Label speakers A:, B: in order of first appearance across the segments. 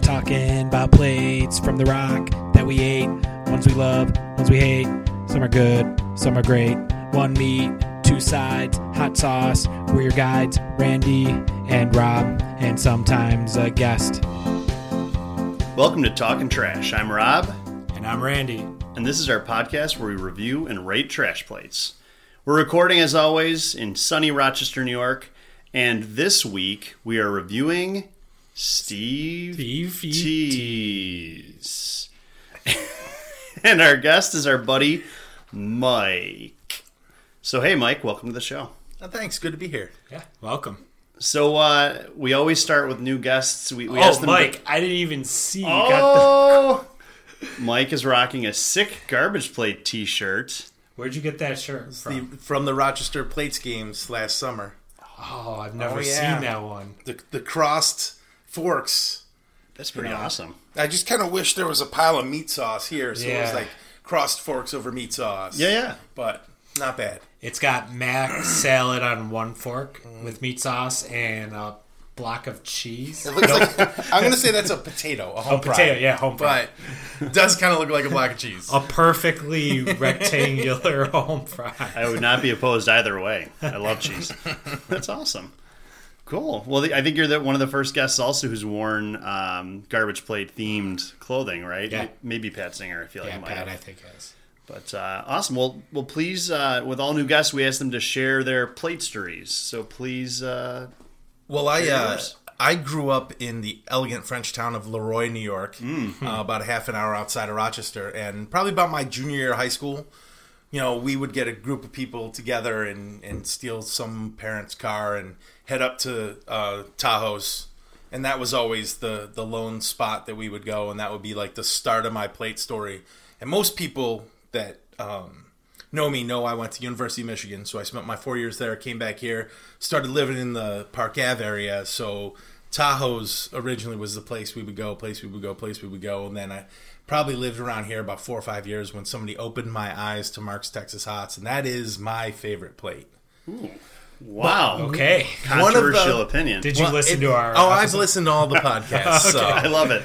A: Talking about plates from the rock that we ate, ones we love, ones we hate. Some are good, some are great. One meat, two sides, hot sauce. We're your guides, Randy and Rob, and sometimes a guest.
B: Welcome to Talking Trash. I'm Rob,
C: And I'm Randy.
B: and this is our podcast where we review and rate trash plates. We're recording, as always, in sunny Rochester, New York, and this week we are reviewing Steve
C: Steve E.
B: Tease. and our guest is our buddy Mike. So, hey, Mike, welcome to the show.
D: Oh, thanks. Good to be here.
C: Yeah, welcome.
B: So, uh, we always start with new guests. We, we ask
C: oh,
B: them
C: Mike, I didn't even see. you Got the,
B: Oh! Mike is rocking a sick garbage plate t shirt.
C: where'd you get that shirt
D: The,
C: from?
D: from the Rochester Plates games last summer,
C: Oh, I've never
D: Oh, yeah.
C: seen that one.
D: the the crossed forks.
B: That's pretty awesome.
D: I just kind of wish there was a pile of meat sauce here, so it
C: Yeah.
D: was like crossed forks over meat sauce.
B: Yeah, yeah.
D: but not bad.
C: It's got mac salad on one fork
D: Mm.
C: with meat sauce and a block of cheese.
D: It looks like I'm gonna say that's a potato, a home
C: Oh, potato,
D: product,
C: yeah, home fry.
D: but it does kind of look like a block of cheese.
C: A perfectly rectangular home fry.
B: I would not be opposed either way. I love cheese. That's awesome. Cool. Well, the, I think you're the, one of the first guests also who's worn um, garbage plate themed clothing, right?
C: Yeah.
B: Maybe Pat Singer. I feel
C: Yeah,
B: like might
C: Pat, I
B: have.
C: think it is.
B: But uh, awesome. Well, well, please, uh, with all new guests, we ask them to share their plate stories. So please, uh,
D: Well, I uh,
B: yours.
D: I grew up in the elegant French town of Leroy, New York, uh, about a half an hour outside of Rochester, and probably about my junior year of high school. You know, we would get a group of people together and, and steal some parent's car and head up to uh, Tahoe's, and that was always the the lone spot that we would go, and that would be like the start of my plate story. And most people that um, know me know I went to University of Michigan, so I spent my four years there. Came back here, started living in the Park Ave area. So Tahoe's originally was the place we would go, place we would go, place we would go, and then I probably lived around here about four or five years when somebody opened my eyes to Mark's Texas Hots, and that is my favorite plate.
B: wow.
C: Okay.
D: One of the-
B: Controversial opinion.
C: Did you listen to our? uh,
D: Oh, I've listened to all the podcasts. so.
B: I love it.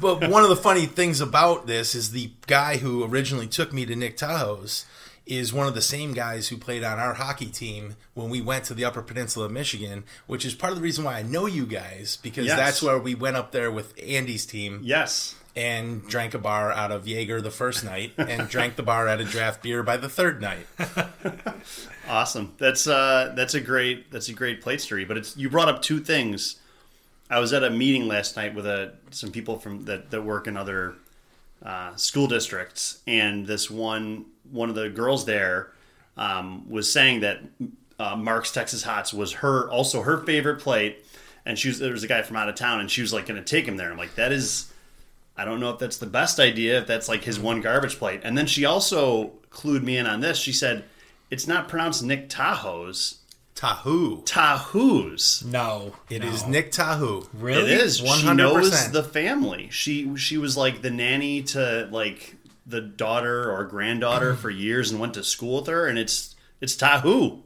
D: but one of the funny things about this is the guy who originally took me to Nick Tahoe's is one of the same guys who played on our hockey team when we went to the Upper Peninsula of Michigan, which is part of the reason why I know you guys because
B: Yes.
D: that's where we went up there with Andy's team
B: Yes.
D: and drank a bar out of Jaeger the first night and drank the bar out of draft beer by the third night.
B: Awesome. That's uh, that's a great that's a great plate story. But it's you brought up two things. I was at a meeting last night with uh some people from that, that work in other uh, school districts, and this one one of the girls there um, was saying that uh, Mark's Texas Hots was her also her favorite plate, and she was there was a guy from out of town, and she was like going to take him there. I'm like, that is, I don't know if that's the best idea if that's like his one garbage plate. And then she also clued me in on this. She said it's not pronounced Nick Tahoe's,
D: Tahoo.
B: Tahoe's.
C: No,
D: It
C: no.
D: is Nick Tahoo.
B: It
C: really
B: is. She
D: 100%.
B: knows the family. She she was like the nanny to like the daughter or granddaughter for years and went to school with her and it's it's Tahu.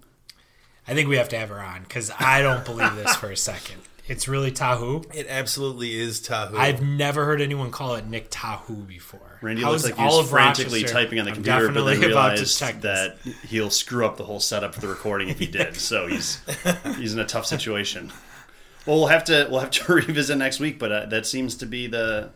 C: I think we have to have her on because I don't believe this for a second. It's really Tahu.
D: It absolutely is Tahoo.
C: I've never heard anyone call it Nick Tahu before.
B: Randy
C: How
B: looks
C: is
B: like he was
C: of
B: frantically
C: Rochester-
B: typing on the
C: I'm
B: computer, but then
C: definitely about to
B: realized
C: check this.
B: that he'll screw up the whole setup for the recording if he did. So he's he's in a tough situation. Well, we'll have to we'll have to revisit next week, but uh, that seems to be the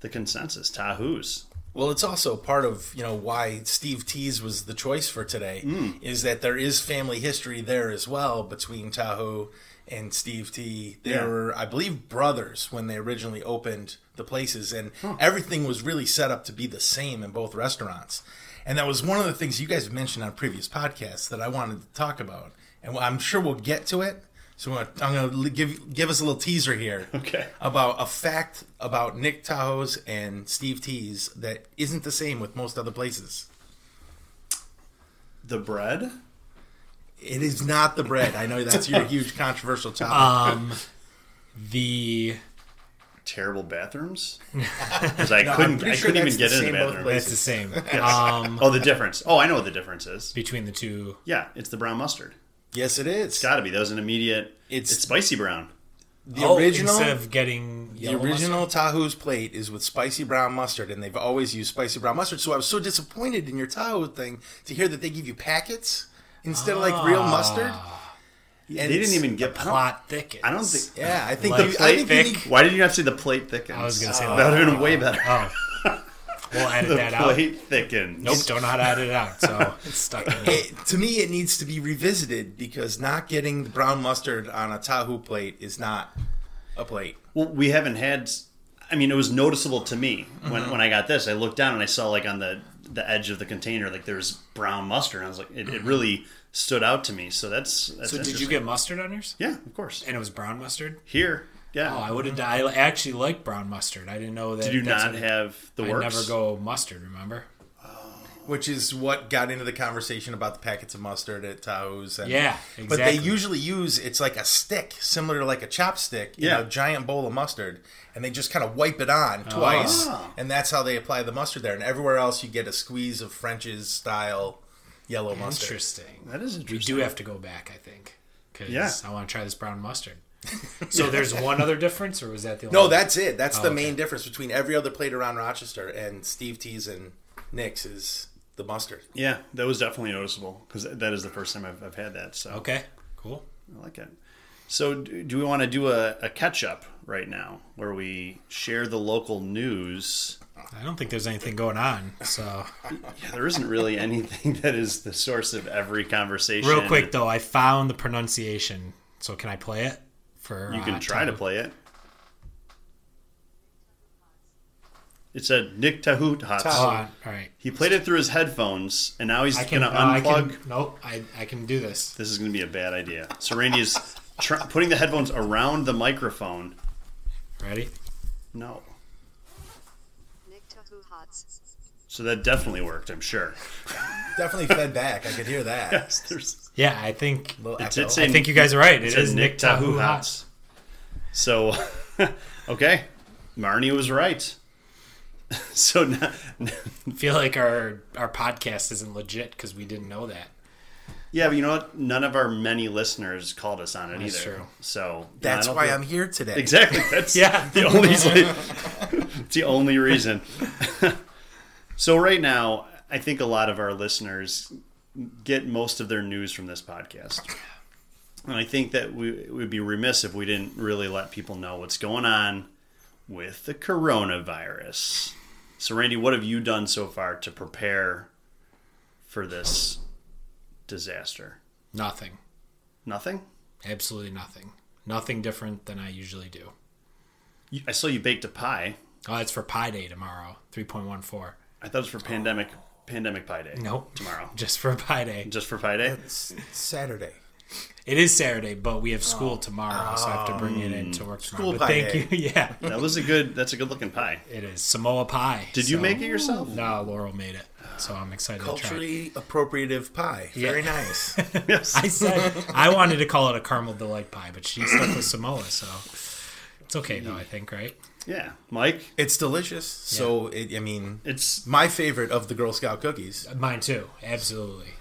B: the consensus. Tahu's.
D: Well, it's also part of you know why Steve Tease was the choice for today
B: Mm.
D: is that there is family history there as well between Tahoe and Steve T. They
B: Yeah.
D: were, I believe, brothers when they originally opened the places, and everything was really set up to be the same in both restaurants. And that was one of the things you guys mentioned on previous podcasts that I wanted to talk about, and I'm sure we'll get to it. So I'm gonna- I'm going to give give us a little teaser here
B: Okay.
D: about a fact about Nick Tahoe's and Steve T's that isn't the same with most other places.
B: The bread?
D: It is not the bread. I know that's your huge controversial
C: Uh,
D: topic.
C: Um, the
B: Terrible bathrooms? Because I
D: I'm
B: couldn't
D: pretty
B: I
D: sure
B: couldn't even
D: that's
B: get
D: the
B: in the
D: same both
B: bathroom.
C: it's
D: places.
C: the same um,
B: Oh the difference. Oh I know what the difference is.
C: between the two.
B: Yeah, it's the brown mustard.
D: yes, it is.
B: Gotta be. That was an immediate it's,
D: It's-
B: it's spicy brown.
D: The
C: Oh,
D: original
C: instead of getting
D: the original Tahoe's plate is with spicy brown mustard, and they've always used spicy brown mustard. So I was so disappointed in your Tahoe thing to hear that they give you packets instead of like real mustard.
C: Ah.
B: they didn't even get I don't-
C: plot thickens.
B: I don't think.
D: Yeah, I think
C: Like
D: you, I
C: plate
D: think you
C: thick?
D: need-
B: Why did you not see the plate thickens?
C: I was gonna say
B: that
C: that.
B: would have been way better.
C: Oh, we'll edit
B: the
C: that out.
B: plate thickens.
C: Nope, don't know how to edit it out, so it's stuck. In there.
D: it, to me, it needs to be revisited because not getting the brown mustard on a Tahoe plate is not a plate.
B: Well, we haven't had. I mean, it was noticeable to me when,
C: Mm-hmm.
B: when I got this. I looked down and I saw like on the the edge of the container, like there's brown mustard. And I was like, it, it really stood out to me. So that's, that's
C: Mm-hmm. So did you
B: interesting.
C: get mustard on yours?
B: Yeah, of course.
C: And it was brown mustard.
B: Here, yeah.
C: Oh, I would have. I actually like brown mustard. I didn't know that.
B: did you
C: that's
B: not
C: what-
B: have the
C: I
B: works?
C: never go mustard. Remember?
D: Which is what got into the conversation about the packets of mustard at Tahoe's. And,
C: Yeah,
D: But they
C: exactly.
D: usually use it's like a stick, similar to like a chopstick, in
B: Yeah.
D: a giant bowl of mustard, and they just kind of wipe it on
C: Oh.
D: twice, and that's how they apply the mustard there. And everywhere else, you get a squeeze of French's style yellow mustard.
C: Interesting.
B: That is
C: We
B: interesting.
C: do have to go back, I think, because
B: Yeah.
C: I want to try this brown mustard. So there's one other difference, or was that the only?
D: No, that's it. That's the main difference between every other plate around Rochester and Steve T's and Nick's is the mustard.
B: Yeah, that was definitely noticeable because that is the first time I've, I've had that. So
C: okay. Cool.
B: I like it. So do do we want to do a, a catch up right now where we share the local news?
C: I don't think there's anything going on. So
B: Yeah, there isn't really anything that is the source of every conversation.
C: real quick though, I found the pronunciation. So can I play it? For uh,
B: You can try to play it. It said Nick Tahoot
C: Oh,
B: Hots.
C: all right.
B: He played it through his headphones, and now he's
C: I can
B: gonna
C: no,
B: unplug.
C: I can, nope. I I can do this.
B: This is gonna be a bad idea. So Randy is tr- putting the headphones around the microphone.
C: Ready?
B: No.
E: Nick Tahu Hots.
B: So that definitely worked, I'm sure.
D: Definitely fed back. I could hear that.
B: There's-
C: Yeah, I think
D: Little
B: it
D: echo.
B: did say
C: I think you guys are right. It
B: said
C: is Nick Tahu Hots.
B: So, okay, Marnie was right. so now,
C: Feel like our our podcast isn't legit because we didn't know that.
B: yeah, but you know what? None of our many listeners called us on it
C: That's
B: either.
C: true.
B: So yeah, I
D: That's
B: don't
D: why
B: feel-
D: I'm here today.
B: Exactly. That's
C: Yeah.
B: the only it's the only reason. so right now, I think a lot of our listeners get most of their news from this podcast. And I think that we it would be remiss if we didn't really let people know what's going on with the coronavirus. So Randy, what have you done so far to prepare for this disaster?
C: Nothing.
B: Nothing?
C: Absolutely nothing. Nothing different than I usually do.
B: You- I saw you baked a pie.
C: Oh, it's for Pi Day tomorrow, 3.14.
B: I thought it was for pandemic pandemic pie day.
C: Nope.
B: tomorrow.
C: Just for Pi Day.
B: Just for Pi Day?
D: It's Saturday.
C: It is Saturday, but we have school tomorrow, so I have to bring it in to work tomorrow.
D: School
C: but
D: Pi
C: thank
D: Day.
C: you. Yeah,
B: That was a good that's a good looking pie.
C: it is Samoa Pie.
B: Did you make it yourself?
C: No, Laurel made it, so I'm excited to try. it.
D: Culturally appropriative pie. Very
C: Yeah.
D: nice.
B: Yes.
C: I said I wanted to call it a caramel delight pie, but she stuck with Samoa, so it's okay though. I think right.
B: Yeah. Mike,
D: It's delicious. So it, I mean,
B: it's
D: my favorite of the Girl Scout cookies.
C: Mine too, absolutely.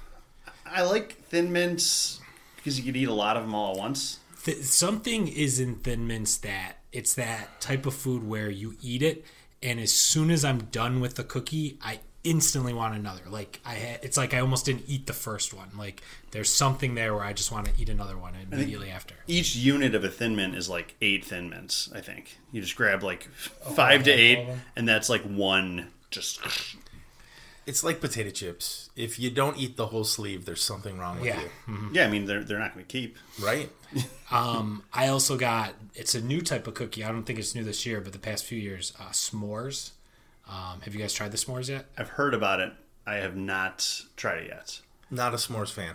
B: I like thin mints because you could eat a lot of them all at once.
C: Th- something is in Thin Mints that it's that type of food where you eat it, and as soon as I'm done with the cookie, I instantly want another. Like I, ha- it's like I almost didn't eat the first one. Like there's something there where I just want to eat another one immediately after.
B: Each unit of a thin mint is like eight thin mints, I think. You just grab like five to eight and that's like one just
D: It's like potato chips. If you don't eat the whole sleeve, there's something wrong with
C: Yeah.
D: you,
B: Yeah, I mean they're they're not gonna keep.
D: right?
C: Um, I also got it's a new type of cookie. I don't think it's new this year, but the past few years, uh, s'mores. Um, have you guys tried the s'mores yet?
B: I've heard about it. I have not tried it yet.
D: Not a s'mores fan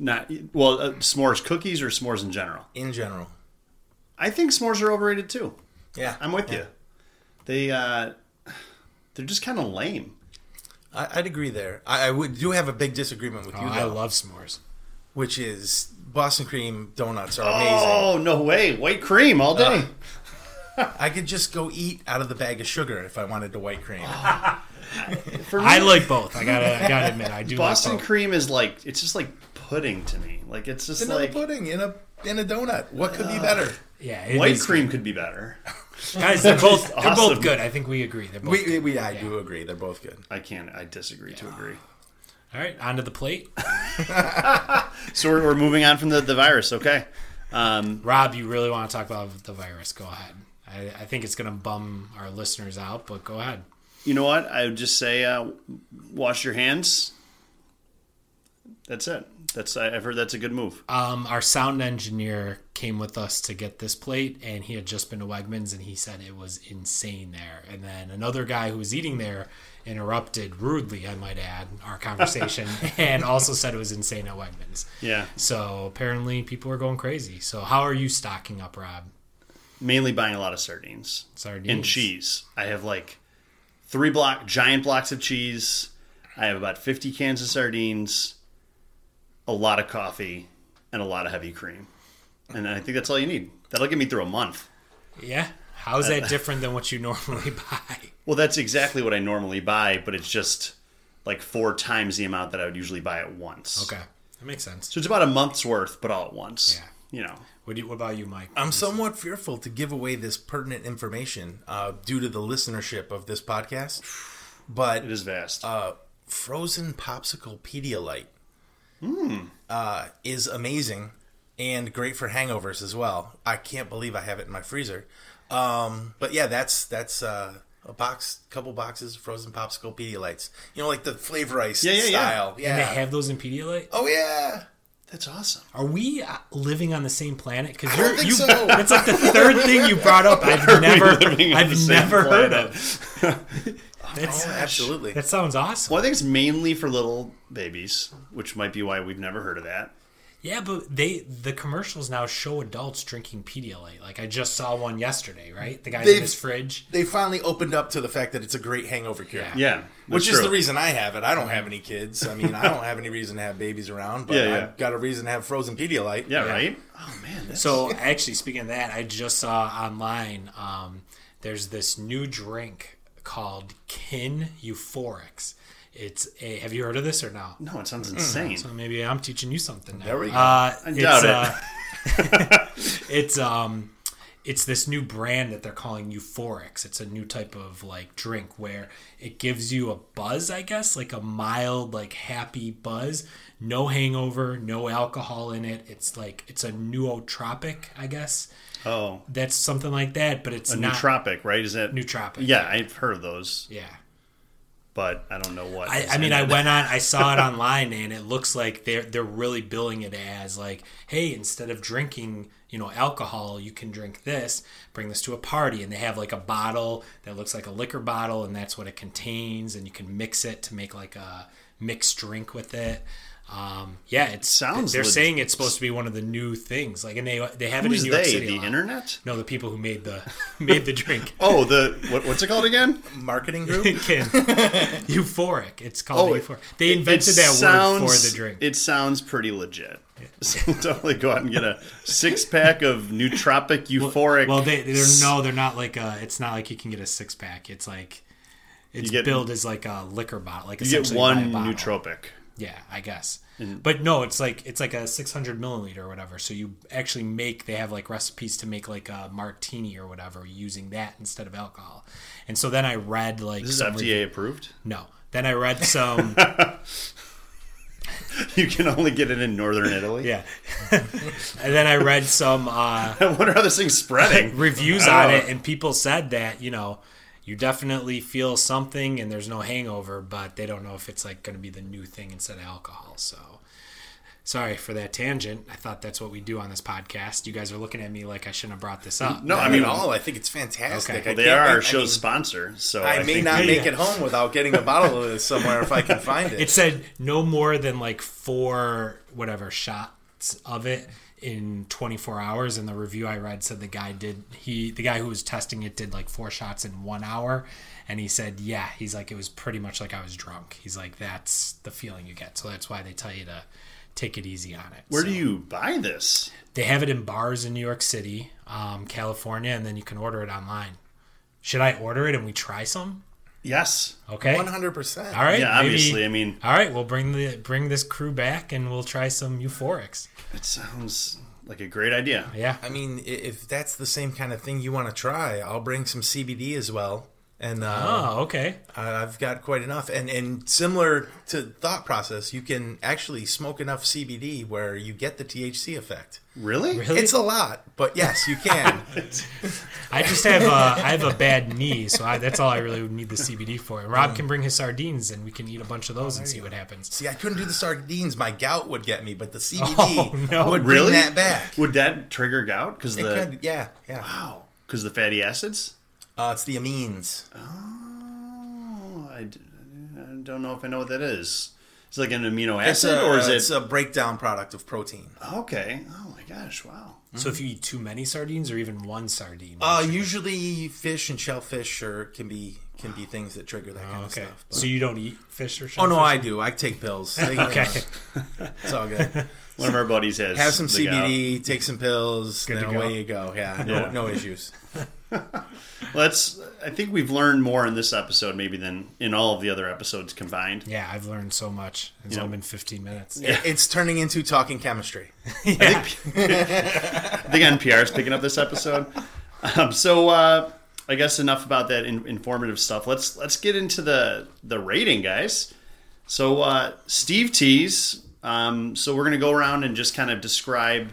B: Not well, uh, s'mores cookies or s'mores in general.
D: in general.
B: I think s'mores are overrated too.
D: Yeah,
B: I'm with you. They uh they're just kind of lame.
D: I, I'd agree there. I, I would do have a big disagreement with
C: Oh,
D: you,
C: I
D: though,
C: love s'mores.
D: which is Boston cream donuts are amazing.
B: Oh no way! White cream all day.
D: I could just go eat out of the bag of sugar if I wanted the white cream.
B: For me,
C: I like both. I gotta I gotta admit, I do.
B: Boston
C: like both.
B: cream is like it's just like pudding to me. Like it's just
D: Vanilla
B: like
D: pudding in a in a donut. What could be better?
C: Yeah, it
B: white
C: is-
B: cream could be better.
C: Guys, they're both they're
B: awesome.
C: both good. I think we agree. They're both
D: We,
C: good.
D: we, we I do agree. They're both good.
B: I can't. I disagree to agree.
C: All right, onto the plate.
B: So we're, we're moving on from the, the virus. Okay. Um,
C: Rob, you really want to talk about the virus? Go ahead. I, I think it's going to bum our listeners out, but go ahead.
B: you know what? I would just say uh, wash your hands. That's it. That's I- I've heard that's a good move.
C: Um, our sound engineer came with us to get this plate, and he had just been to Wegmans, and he said it was insane there. And then another guy who was eating there interrupted rudely, I might add, our conversation, and also said it was insane at Wegmans.
B: Yeah.
C: So apparently, people are going crazy. So how are you stocking up, Rob?
B: Mainly buying a lot of sardines.
C: Sardines
B: and cheese. I have like three block giant blocks of cheese. I have about fifty cans of sardines, a lot of coffee, and a lot of heavy cream. And I think that's all you need. That'll get me through a month.
C: Yeah. How is that different than what you normally buy?
B: Well, that's exactly what I normally buy, but it's just like four times the amount that I would usually buy at once.
C: Okay, that makes sense.
B: So it's about a month's worth, but all at once.
C: Yeah.
B: You know.
C: What, do you, what about you, Mike?
D: I'm somewhat fearful to give away this pertinent information uh, due to the listenership of this podcast, but
B: It is vast.
C: Uh,
D: frozen popsicle Pedialyte
B: Hmm.
D: uh, is amazing and great for hangovers as well. I can't believe I have it in my freezer. Um, but yeah, that's that's uh, a box, couple boxes of frozen popsicle Pedialites. You know, like the flavor ice
B: yeah, yeah.
D: style. Yeah.
C: and they have those in Pedialyte.
D: oh yeah.
B: that's awesome.
C: Are we uh, living on the same planet? Because
D: don't
C: you're
D: think
C: you,
D: so.
C: that's like the third thing you brought up. I've never,
B: living on the
C: I've
B: same
C: never heard
B: planet?
C: of. That's,
D: Oh, absolutely.
C: that sounds awesome.
B: Well, I think it's mainly for little babies, which might be why we've never heard of that.
C: Yeah, but they the commercials now show adults drinking Pedialyte. Like I just saw one yesterday. Right, the guy's in
D: They've-
C: his fridge.
D: They finally opened up to the fact that it's a great hangover cure.
C: Yeah.
B: Yeah.
D: Which
B: that's
D: is
B: true.
D: the reason I have it. I don't have any kids. I mean, I don't have any reason to have babies around, but
B: Yeah, yeah.
D: I've got a reason to have frozen Pedialyte.
B: Yeah, right? Oh, man. That's,
C: So actually, speaking of that, I just saw online. Um, there's this new drink called Kin Euphorics. It's a. Have you heard of this or no?
B: no, it
C: Mm-hmm.
B: sounds insane.
C: So maybe I'm teaching you something. Now.
D: There we go.
C: Uh,
B: doubt it.
C: it. it's um, it's this new brand that they're calling Euphorics. It's a new type of like drink where it gives you a buzz, I guess, like a mild, like happy buzz. No hangover, no alcohol in it. It's like it's a nootropic, I guess.
B: Oh,
C: That's something like that, but it's
B: a
C: not
B: nootropic, right? Is it?
C: nootropic.
B: Yeah, I've heard of those,
C: Yeah.
B: but I don't know what.
C: I,
B: is
C: I mean,
B: in
C: I
B: it.
C: went on, I saw it online, and it looks like they're they're really billing it as like, hey, instead of drinking, you know, alcohol, you can drink this. Bring this to a party, and they have like a bottle that looks like a liquor bottle, and that's what it contains, and you can mix it to make like a mixed drink with it. Um, yeah, it
B: sounds
C: They're
B: leg-
C: saying it's supposed to be one of the new things, like, and they they have it
B: Who's
C: in New York
B: they?
C: City. a
B: The
C: lot.
B: internet?
C: No, the people who made the made the drink.
B: Oh, the. What, what's it called again?
D: Marketing group?
C: Kin. euphoric. It's called
B: Oh, it-
C: euphoric. They invented that word for the drink.
B: It sounds pretty legit. So definitely go out and get a six pack of nootropic euphoric.
C: well, they they're no, they're not like a. It's not like you can get a six pack. It's like it's
B: get-
C: billed as like a liquor bottle. Like
B: you get
C: essentially you buy
B: one Mm-hmm.
C: a bottle.
B: nootropic.
C: Yeah, I guess. But no, it's like it's like a 600 milliliter or whatever. So you actually make they have like recipes to make like a martini or whatever using that instead of alcohol. And so then I read like
B: This is
C: some
B: FDA approved.
C: no. Then I read some
B: You can only get it in northern Italy.
C: yeah. and then I read some uh
B: I wonder how this thing's spreading.
C: reviews
B: I
C: on
B: don't
C: it,
B: know.
C: and people said that you know you definitely feel something, and there's no hangover, but they don't know if it's like going to be the new thing instead of alcohol. So sorry for that tangent. I thought that's what we do on this podcast. You guys are looking at me like I shouldn't have brought this up.
B: No,
D: I mean, all. I think it's fantastic.
C: Okay.
D: I
B: Well, they
D: can't-
B: are
D: I- I
B: our
D: mean,
B: show's sponsor, so
D: I, may
B: think
D: not
B: they-
D: make it home without getting a bottle of this somewhere if I can find it.
C: It said no more than like four whatever shots of it in 24 hours and the review i read said the guy did he the guy who was testing it did like four shots in one hour and he said yeah he's like it was pretty much like i was drunk he's like that's the feeling you get so that's why they tell you to take it easy on it
B: Where
C: So
B: do you buy this?
C: they have it in bars in new york city um, california and then you can order it online should i order it and we try some
B: Yes.
C: Okay.
D: One hundred percent.
C: All right.
B: yeah,
C: maybe-
B: obviously. I mean,
C: All right, we'll bring the bring this crew back and we'll try some euphorics.
B: it sounds like a great idea.
C: Yeah.
D: I mean, i- if that's the same kind of thing you want to try, I'll bring some CBD as well. And uh,
C: Oh, okay.
D: I- I've got quite enough. And and similar to thought process, you can actually smoke enough CBD where you get the THC effect.
B: Really?
C: Really?
D: It's a lot, but yes, you can.
C: I just have a, I have a bad knee, so I, that's all I really would need the CBD for. And Rob can bring his sardines, and we can eat a bunch of those and see what happens.
D: See, I couldn't do the sardines; my gout would get me, but the CBD
C: Oh, no.
D: would
B: Really?
D: bring that back.
B: Would that trigger gout? Because
D: It
B: the
D: could, yeah, yeah.
B: wow, because the fatty acids.
D: Uh, it's the amines.
B: Oh, I, d- I don't know if I know what that is. It's like an amino
D: It's
B: acid,
D: a, uh,
B: or is
D: it's
B: it
D: a breakdown product of protein.
B: okay? Oh my gosh! Wow.
C: So if you eat too many sardines or even one sardine.
D: Mm-hmm. Uh, usually fish and shellfish are can be can be things that trigger that kind
C: okay.
D: of stuff. but-
C: So you don't eat fish or
D: oh
C: shellfish?
D: no, I do. I take pills. They-
C: Okay.
D: it's all good.
B: One of our buddies has
D: Have some
B: the gout.
D: CBD, take some pills,
C: Good
D: then
C: to go.
D: away you go. Yeah, no,
B: Yeah.
D: no issues.
B: Let's. I think we've learned more in this episode maybe than in all of the other episodes combined.
C: Yeah, I've learned so much. It's
B: Yeah.
C: only been 15 minutes.
D: It's turning into talking chemistry.
B: I think, I think NPR is picking up this episode. Um, so uh, I guess enough about that in, informative stuff. Let's let's get into the the rating, guys. So uh, Steve T's. Um, so we're gonna go around and just kind of describe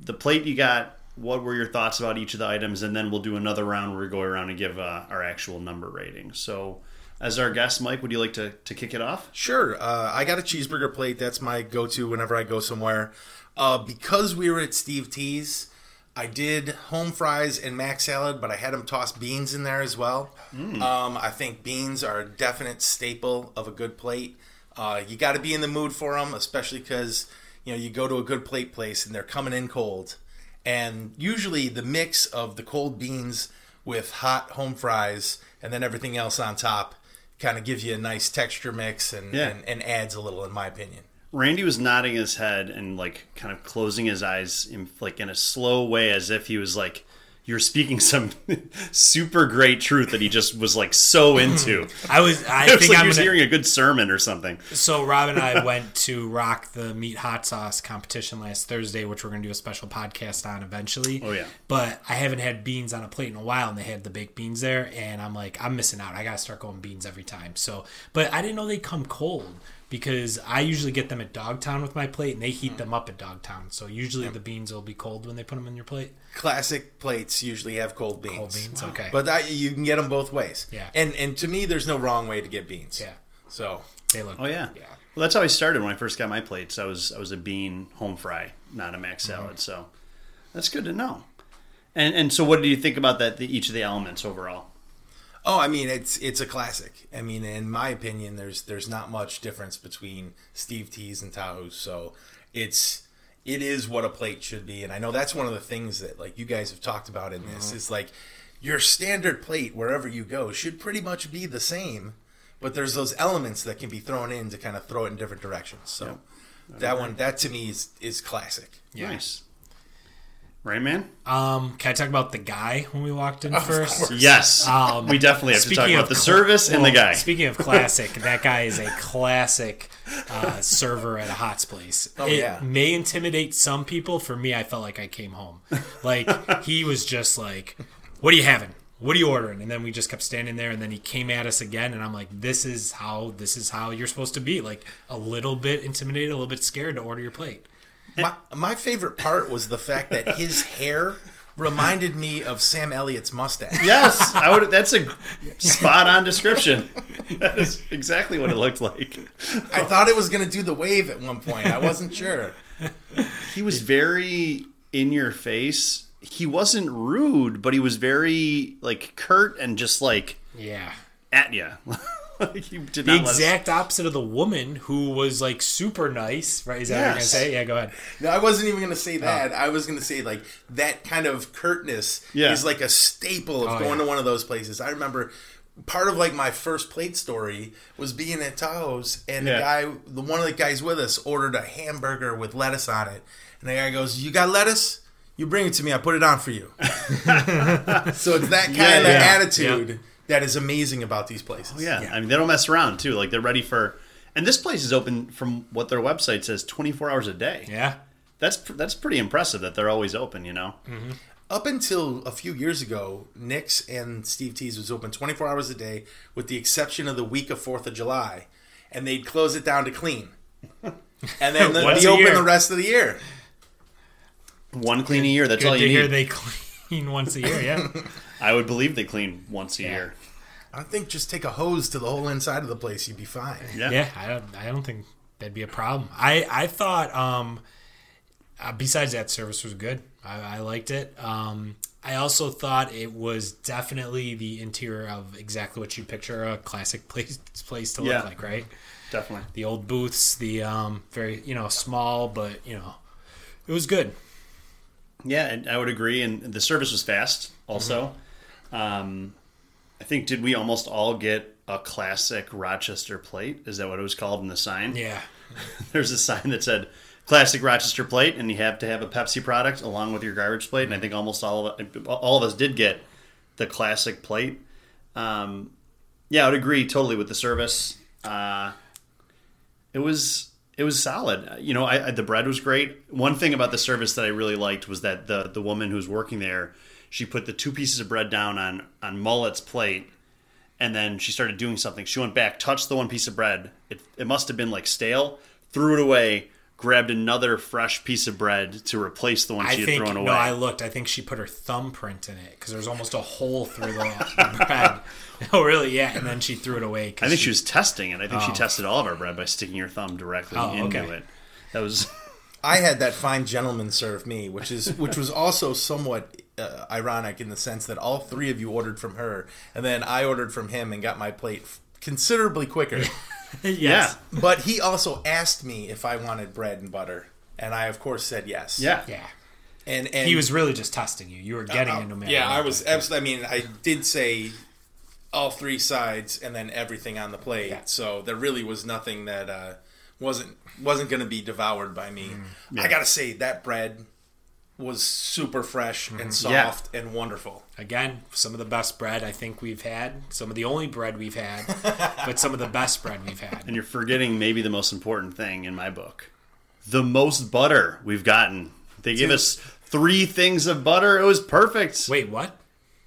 B: the plate you got. What were your thoughts about each of the items, and then we'll do another round where we go around and give uh, our actual number rating. So, as our guest, Mike, would you like to, to kick it off?
D: Sure. Uh, I got a cheeseburger plate. That's my go to whenever I go somewhere. Uh, because we were at Steve T's, I did home fries and mac salad, but I had him toss beans in there as well. Um, I think beans are a definite staple of a good plate. Uh, you got to be in the mood for them, especially because you know you go to a good plate place and they're coming in cold. And usually the mix of the cold beans with hot home fries and then everything else on top kind of gives you a nice texture mix and,
B: Yeah.
D: and, and adds a little, in my opinion.
B: Randy was nodding his head and like kind of closing his eyes in like in a slow way as if he was like you're speaking some super great truth that he just was like so into.
C: I was. I
B: it was
C: think
B: like he
C: I'm
B: was
C: gonna,
B: hearing a good sermon or something.
C: So Rob and I went to rock the meat hot sauce competition last Thursday, which we're going to do a special podcast on eventually.
B: Oh, yeah.
C: But I haven't had beans on a plate in a while, and they had the baked beans there, and I'm like, I'm missing out. I got to start going beans every time. So, but I didn't know they come cold because I usually get them at Dogtown with my plate, and they heat them up at Dogtown. So usually the beans will be cold when they put them in your plate.
D: Classic plates usually have cold beans.
C: Cold beans, okay.
D: But that, you can get them both ways.
C: Yeah.
D: And, and to me, there's no wrong way to get beans.
C: Yeah.
D: So
C: they look.
B: Oh yeah.
C: Yeah.
B: Well, that's how I started when I first got my plates. I was I was a bean home fry, not a mac
C: Mm-hmm.
B: salad. So that's good to know. And and so what do you think about that the, each of the elements overall?
D: Oh, I mean it's it's a classic. I mean, in my opinion, there's there's not much difference between Steve T's and Tahoe's. So it's it is what a plate should be, and I know that's one of the things that like you guys have talked about in this is like your standard plate wherever you go should pretty much be the same, but there's those elements that can be thrown in to kind of throw it in different directions. So that one, that to me is is classic.
B: Nice. Right, man?
C: Um, can I talk about the guy when we walked in first?
B: Yes.
C: Um,
B: we definitely have to talk
C: Speaking
B: about
C: of
B: the
C: cl-
B: service and the
C: well,
B: guy.
C: Speaking of classic, that guy is a classic uh, server at a Hots place. it
D: yeah.
C: may intimidate some people. For me, I felt like I came home. Like he was just like, "What are you having? What are you ordering?" And then we just kept standing there. And then he came at us again, and I'm like, "This is how this is how you're supposed to be. Like a little bit intimidated, a little bit scared to order your plate."
D: My, my favorite part was the fact that his hair reminded me of Sam Elliott's mustache.
B: Yes, I would. That's a spot on description. That is exactly what it looked like.
D: I thought it was gonna do the wave at one point. I wasn't sure.
B: He was very in your face. He wasn't rude, but he was very like curt and just like
C: Yeah.
B: at you. like he did
C: The
B: not let us-
C: exact opposite of the woman who was like super nice, right? Is that what you're gonna
B: Yes.
C: say? Yeah, go ahead.
D: No, I wasn't even gonna
B: Oh.
D: say that. I was gonna say like that kind of curtness
B: Yeah.
D: is like a staple of
C: Oh,
D: going
C: yeah.
D: to one of those places. I remember part of like my first plate story was being at Tahoe's and
B: Yeah.
D: the guy the one of the guys with us ordered a hamburger with lettuce on it. And the guy goes, You got lettuce? You bring it to me, I put it on for you. so it's that kind of
B: yeah,
D: attitude that is amazing about these places.
B: Oh, yeah. I mean, they don't mess around too. Like they're ready for, and this place is open from what their website says, 24 hours a day.
C: Yeah.
B: That's pr- that's pretty impressive that they're always open. You know.
C: Mm.
D: Up until a few years ago, Nick's and Steve T's was open 24 hours a day, with the exception of the week of 4th of July, and they'd close it down to clean. And then the,
C: Once
D: be
C: a
D: open
C: year.
D: the rest of the year.
B: One clean a year. That's
C: Good
B: all
C: to
B: you
C: hear
B: need.
C: they clean once a year. Yeah.
B: I would believe they clean once a
C: Yeah.
B: year.
D: I think just take a hose to the whole inside of the place, you'd be fine.
B: Yeah.
C: yeah I don't, I don't think that'd be a problem i i thought um uh, besides that service was good i, I liked it um I also thought it was definitely the interior of exactly what you picture a classic place place to look
B: Yeah.
C: like, right?
B: Definitely.
C: The old booths, the um, very you know small, but you know it was good.
B: Yeah, and I would agree. And the service was fast. Also, um, I think did we almost all get a classic Rochester plate? Is that what it was called in the sign?
C: Yeah,
B: There's a sign that said classic Rochester plate, and you have to have a Pepsi product along with your garbage plate. And I think almost all of all of us did get the classic plate. Um, yeah, I would agree totally with the service. Uh, it was it was solid. You know, I, I the bread was great. One thing about the service that I really liked was that the the woman who's working there, she put the two pieces of bread down on on Mullet's plate, and then she started doing something. She went back, touched the one piece of bread. It it must have been like stale. Threw it away. Grabbed another fresh piece of bread to replace the one
C: I
B: she had
C: think
B: thrown away.
C: no, I looked. I think she put her thumbprint in it because there's almost a hole through the bread. Oh, really? Yeah, and then she threw it away. 'cause
B: I think she was testing it. I think she tested all of our bread by sticking her thumb directly
C: Oh,
B: into
C: okay.
B: it. That was
D: I had that fine gentleman serve me, which is which was also somewhat uh, ironic in the sense that all three of you ordered from her, and then I ordered from him and got my plate f- considerably quicker.
C: yes.
D: but he also asked me if I wanted bread and butter, and I of course said yes.
B: yeah, yeah.
C: Yeah.
D: and and
C: He was really just testing you. You were getting
B: Uh,
C: it no matter.
D: yeah,
C: what.
D: I was absolutely. I mean, I did say all three sides and then everything on the plate,
C: Yeah.
D: so there really was nothing that uh, wasn't wasn't going to be devoured by me. I gotta say that bread was super fresh and soft and wonderful.
C: Again, some of the best bread I think we've had. Some of the only bread we've had, but some of the best bread we've had.
B: And you're forgetting maybe the most important thing in my book: the most butter we've gotten. They gave us three things of butter. It was perfect.
C: Wait, what?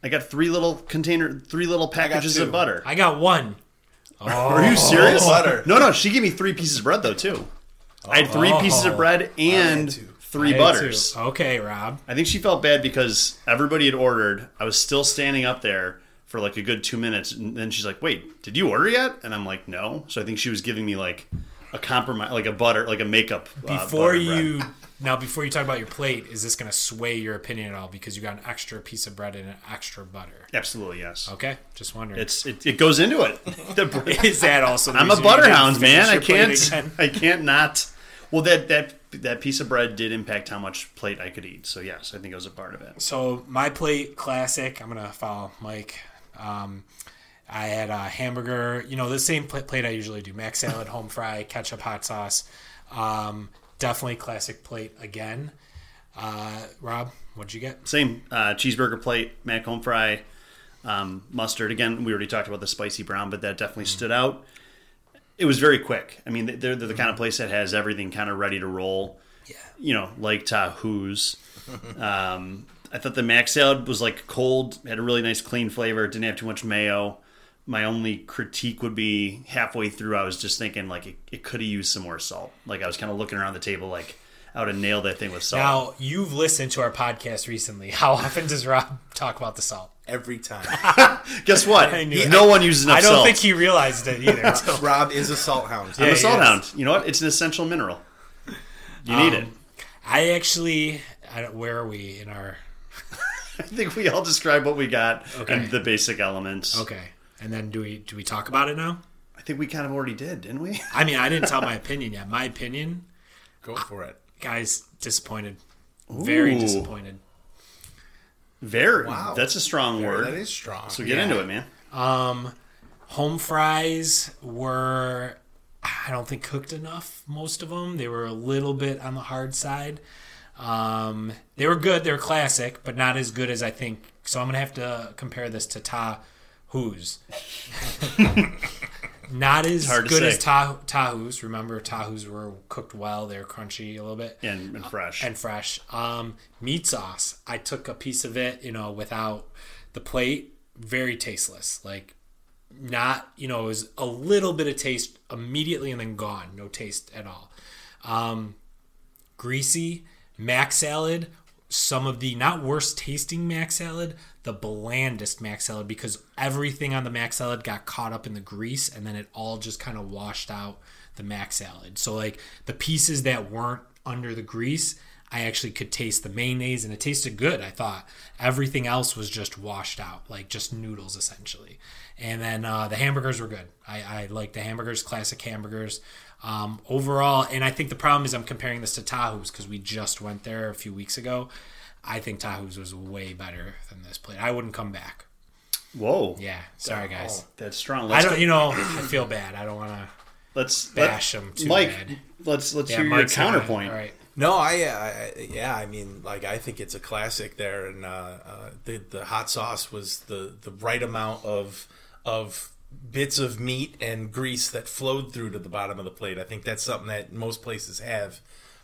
B: I got three little container, three little packages
D: two.
B: of butter.
C: I got one.
B: Are you serious?
D: butter.
B: No, no. She gave me three pieces of bread though too. I had three pieces of bread and
D: two.
B: three
C: Oh. I had
B: butters. Uh,
C: two. Okay, Rob.
B: I think she felt bad because everybody had ordered. I was still standing up there for like a good two minutes, and then she's like, "Wait, did you order yet?" And I'm like, "No." So I think she was giving me like a compromise, like a butter, like a makeup. uh,
C: Before
B: butter bread.
C: you now, before you talk about your plate, is this going to sway your opinion at all because you got an extra piece of bread and an extra butter?
B: absolutely yes.
C: Okay, just wondering.
B: It's it, it goes into it. The bread-
C: is that also? The
B: I'm a
C: reason you didn't
B: butter hound,
C: finish
B: man. I
C: your plate
B: can't.
C: again?
B: I can't not. Well, that that that piece of bread did impact how much plate I could eat. So yes, I think it was a part of it.
C: So my plate classic. I'm gonna follow Mike. Um, I had a hamburger. You know the same pla- plate I usually do: mac salad, home fry, ketchup, hot sauce. Um, definitely classic plate again. Uh, Rob, what'd you get?
B: Same uh, cheeseburger plate, mac home fry, um, mustard. Again, we already talked about the spicy brown, but that definitely stood out. It was very quick. I mean, they're, they're the kind of place that has everything kind of ready to roll. Yeah. You know, like Tahoo's. Um, I thought the mac salad was like cold, had a really nice clean flavor, didn't have too much mayo. My only critique would be halfway through, I was just thinking like it, it could have used some more salt. Like I was kind of looking around the table like I would have nailed that thing with salt.
C: Now you've listened to our podcast recently. How often does Rob talk about the salt?
D: Every time,
B: Guess what?
C: knew it.
B: No one uses enough
C: I don't
B: salt.
C: think he realized it either. until-
D: Rob is a salt hound.
B: I'm
C: Yeah,
B: a salt
C: yes.
B: hound. You know what? It's an essential mineral. You need
C: Um,
B: it.
C: I actually, I don't, where are we in our?
B: I think we all describe what we got
C: Okay.
B: and the basic elements.
C: Okay, and then do we do we talk about it now?
B: I think we kind of already did, didn't we?
C: I mean, I didn't tell my opinion yet. My opinion
D: Go for it.
C: guys disappointed very
B: Ooh.
C: disappointed
B: Very.
D: Wow.
B: That's a strong word.
D: That is strong.
B: so get into it, man.
C: home fries were i don't think cooked enough most of them they were a little bit on the hard side um, they were good they were classic but not as good as i think so i'm gonna have to compare this to ta who's. Not as
B: hard to
C: good
B: say.
C: as ta- Tahus. Remember, Tahus were cooked well. They're crunchy a little bit
B: and, and fresh.
C: Uh, and fresh. Um, meat sauce. I took a piece of it, you know, without the plate. Very tasteless. Like, not, you know, it was a little bit of taste immediately and then gone. No taste at all. Um, greasy mac salad. Some of the not worst tasting mac salad, the blandest mac salad because everything on the mac salad got caught up in the grease and then it all just kind of washed out the mac salad. So like the pieces that weren't under the grease, I actually could taste the mayonnaise and it tasted good. I thought everything else was just washed out, like just noodles essentially. And then uh, the hamburgers were good. I, I like the hamburgers, classic hamburgers. Um, overall, and I think the problem is I'm comparing this to Tahoe's because we just went there a few weeks ago. I think Tahoe's was way better than this plate. I wouldn't come back.
B: Whoa,
C: Yeah,
D: Oh.
C: sorry guys.
B: that's strong.
C: I
B: Let's
C: don't,
B: go-
C: you know, I feel bad. I don't want to.
B: let's
C: bash 'em too
B: Mike,
C: bad.
B: let's let's hear your counterpoint.
C: All right.
D: No, I, I I- yeah, I mean, like I think it's a classic there, and uh, uh, the the hot sauce was the the right amount of of bits of meat and grease that flowed through to the bottom of the plate. I think that's something that most places have.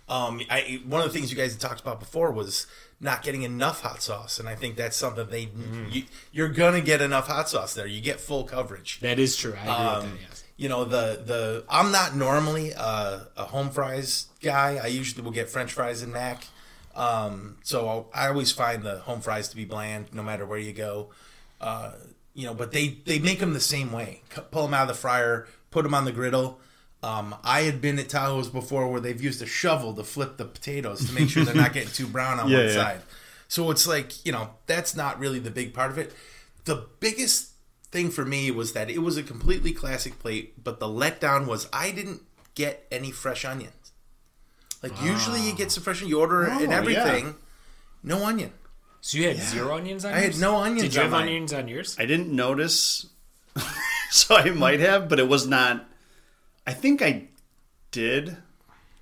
D: Um, I one of the things you guys had talked about before was not getting enough hot sauce, and I think that's something they you, you're gonna get enough hot sauce there. You get full coverage
C: That is true. I agree
D: um,
C: with that. Yes.
D: you know the the I'm not normally a, a home fries guy. I usually will get French fries and mac. Um, so I'll, I always find the home fries to be bland, no matter where you go. Uh, you know, but they they make them the same way. C- pull them out of the fryer, put them on the griddle. Um, I had been at Tahoe's before where they've used a shovel to flip the potatoes to make sure they're not getting too brown on
B: Yeah,
D: one
B: yeah.
D: side. So it's like, you know, that's not really the big part of it. The biggest thing for me was that it was a completely classic plate, but the letdown was I didn't get any fresh onions. Like usually you get some fresh onion, you order it and
B: Oh,
D: everything.
B: yeah.
D: No onion.
C: So you had zero onions on
D: I had
C: yours?
D: no onions
C: Did you
D: on
C: have
D: mine.
C: onions on yours?
B: I didn't notice, so I might have, but it was not. I think I did.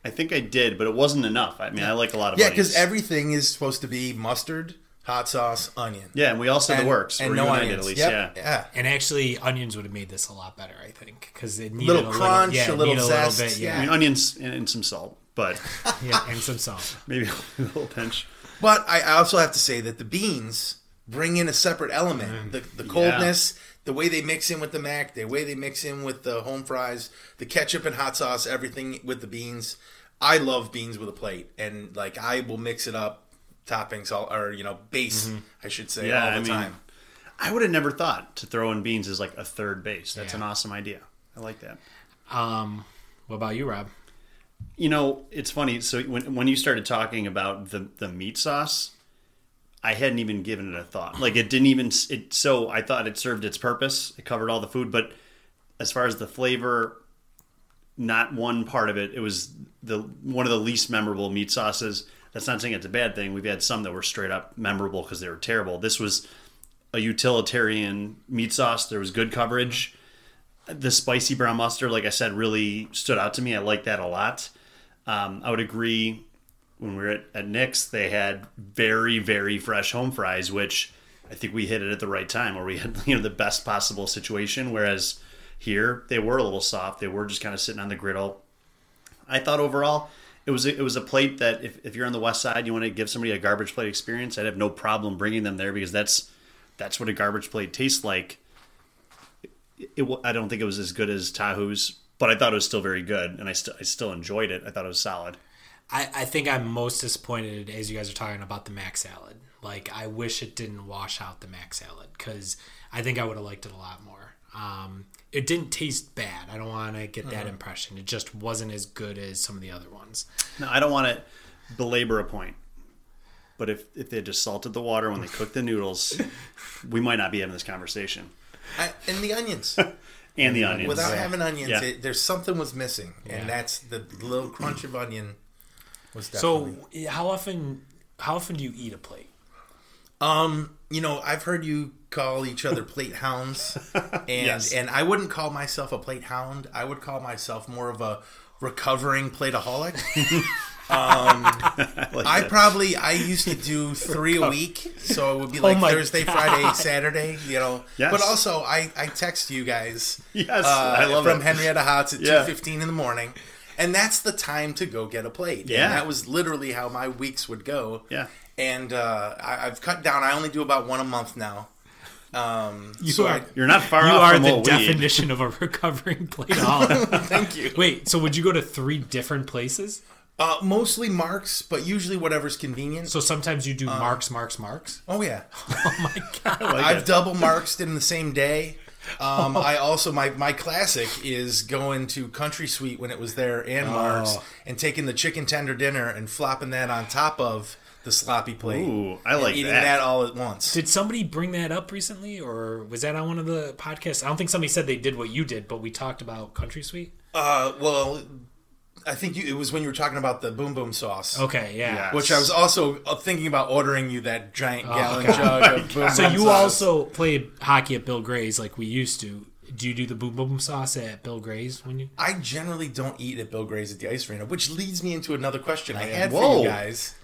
B: I think I did, but it wasn't enough. I mean, I like a lot of
D: Yeah,
B: onions.
D: because everything is supposed to be mustard, hot sauce, onion.
B: yeah, and we all said
D: and,
B: the works,
D: and
B: or
D: no
B: you and I
D: onions.
B: did at least.
D: Yep,
B: Yeah,
D: yeah.
C: And actually, onions would have made this a lot better, I think, because it needed
D: Little
C: a little,
D: crunch,
C: yeah,
D: a
C: it
D: little
C: needed
D: zest,
B: I
C: yeah,
B: mean, onions and, and some salt, but
C: yeah, and some salt.
B: maybe a little pinch.
D: But I I also have to say that the beans bring in a separate
B: Mm-hmm.
D: element. The, the coldness, the way they mix in with the mac, the way they mix in with the home fries, the ketchup and hot sauce, everything with the beans. I love beans with a plate, and like I will mix it up, toppings all or you know base, I should say,
B: Mm-hmm. Yeah,
D: all the
B: I mean,
D: time.
B: I would have never thought to throw in beans as like a third base. That's
C: Yeah.
B: an awesome idea. I like that.
C: Um, what about you, Rob?
B: You know, it's funny. So when when you started talking about the the meat sauce, I hadn't even given it a thought. Like it didn't even it. So I thought it served its purpose. It covered all the food, but as far as the flavor, not one part of it. It was the one of the least memorable meat sauces. That's not saying it's a bad thing. We've had some that were straight up memorable because they were terrible. This was a utilitarian meat sauce. There was good coverage. The spicy brown mustard, like I said, really stood out to me. I like that a lot. Um, I would agree. When we were at, at Nick's, they had very, very fresh home fries, which I think we hit it at the right time, where we had you know the best possible situation. Whereas here, they were a little soft; they were just kind of sitting on the griddle. I thought overall, it was a, it was a plate that if, if you're on the west side, you want to give somebody a garbage plate experience, I'd have no problem bringing them there because that's that's what a garbage plate tastes like. It, it, wa- I don't think it was as good as Tahoe's, but I thought it was still very good, and I still I still enjoyed it. I thought it was solid.
C: I, I think I'm most disappointed as you guys are talking about the mac salad. Like, I wish it didn't wash out the mac salad because I think I would have liked it a lot more. Um, it didn't taste bad. I don't want to get
D: Mm-hmm.
C: that impression. It just wasn't as good as some of the other ones.
B: Now, I don't want to belabor a point, but if if they had just salted the water when they cooked the noodles, we might not be having this conversation.
D: I, and the onions.
B: And the onions.
D: Without having onions,
B: Yeah.
D: it, there's something was missing,
C: Yeah.
D: and that's the little crunch of onion was definitely.
C: So, how often how often do you eat a plate?
D: Um, you know, I've heard you call each other plate hounds, and
B: Yes.
D: and I wouldn't call myself a plate hound. I would call myself more of a recovering plateaholic.
B: Like
D: I
B: that.
D: probably I used to do three a week, so it would be like
C: my
D: Thursday, Friday, Saturday. You know,
B: Oh Yes.
D: but also I I text you guys. uh,
B: Yes, I love
D: from
B: it.
D: Henrietta Hots at
B: Yeah.
D: two fifteen in the morning, and that's the time to go get a plate. And
B: Yeah.
D: that was literally how my weeks would go.
B: Yeah.
D: and uh, I, I've cut down. I only do about one a month now. Um,
C: You
D: so
C: are-
D: I-
B: You're not far
C: you
B: off
C: are
B: from
C: the
B: what we eat.
C: definition of a recovering plateaholic.
D: thank you.
C: Wait, so would you go to three different places?
D: Uh, mostly marks, but usually whatever's convenient.
C: So sometimes you do marks, marks, marks.
D: oh yeah.
C: Oh my god!
B: Like
D: I've
B: it.
D: double marks in the same day. Um, I also my my classic is going to Country Suite when it was there and Marks and taking the chicken tender dinner and flopping that on top of the sloppy plate.
B: Ooh, I
D: and
B: like
D: eating
B: that.
D: that. all at once.
C: Did somebody bring that up recently, or was that on one of the podcasts? I don't think somebody said they did what you did, but we talked about Country Suite.
D: Uh, well, I think you, it was when you were talking about the boom boom sauce.
C: Okay, yeah.
B: Yeah.
D: Which I was also uh, thinking about ordering you that giant gallon
C: God.
D: jug of boom.
C: So
D: Boom
C: you
D: sauce.
C: also play hockey at Bill Gray's like we used to. Do you do the boom boom sauce at Bill Gray's when you?
D: I generally don't eat at Bill Gray's at the ice arena, which leads me into another question I had for
B: Oh, Whoa.
D: you guys,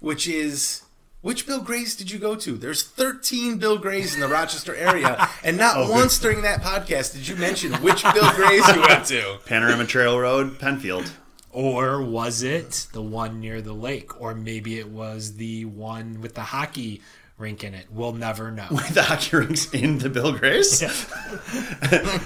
D: which is which Bill Gray's did you go to? There's 13 Bill Gray's in the Rochester area, and not
B: Oh,
D: once during that podcast did you mention which Bill Gray's you went to.
B: Panorama Trail Road, Penfield.
C: Or was it the one near the lake? Or maybe it was the one with the hockey rink in it. We'll never know.
B: the hockey rinks in the Bill Grace.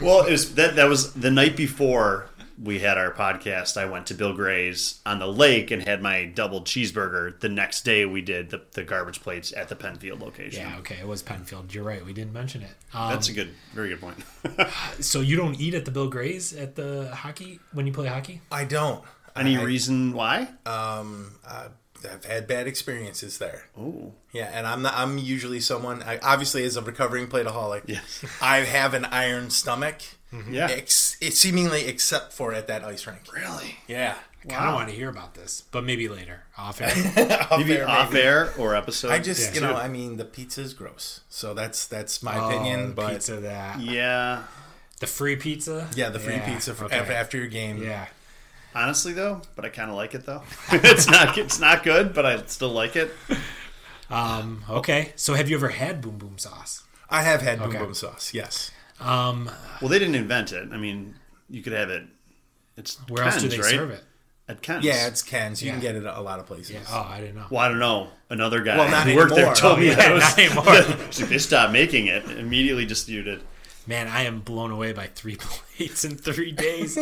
B: well, it was that that was the night before we had our podcast. I went to Bill Gray's on the lake and had my double cheeseburger. The next day, we did the, the garbage plates at the Penfield location.
C: Yeah, okay, it was Penfield. You're right. We didn't mention it. Um,
B: That's a good, very good point.
C: so you don't eat at the Bill Gray's at the hockey when you play hockey?
D: I don't.
B: Any
D: I,
B: reason why?
D: uh, I've had bad experiences there. Oh. Yeah, and I'm not, I'm usually someone I, obviously as a recovering plateaholic.
B: Yes. Mm-hmm.
D: I have an iron stomach.
B: yeah.
D: Ex- it seemingly except for at that ice rink.
B: really?
D: Yeah.
C: I kind of want to hear about this, but maybe later. Off air.
B: Maybe
D: Fair,
B: off air or episode.
D: I just, you know,
B: two.
D: I mean, the pizza's gross. So that's that's my opinion.
C: Oh,
D: But
C: pizza that.
B: yeah.
C: The free pizza?
D: yeah, the free
C: Yeah,
D: pizza for
C: okay.
D: af- after your game.
C: Yeah.
B: Honestly, though, but I kind of like it though. it's not, it's not good, but I still like it.
C: Um, okay. So have you ever had boom boom sauce?
D: I have had boom
C: Okay.
D: boom sauce. Yes,
C: Um,
B: Well, they didn't invent it. I mean, you could have it. It's
C: where else do
B: Ken's,
C: they
B: right?
C: serve it?
B: At Ken's.
D: yeah, it's Ken's. You can
C: Yeah.
D: get it at a lot of places.
C: Oh, I didn't know.
B: Well, I don't know. Another guy
D: Well, not
B: who worked there
D: anymore.
B: told me
C: Oh,
B: that
C: yeah,
B: it was,
C: not anymore.
B: He's like, they stopped making it. Immediately disputed.
C: Man, I am blown away by three plates in three days.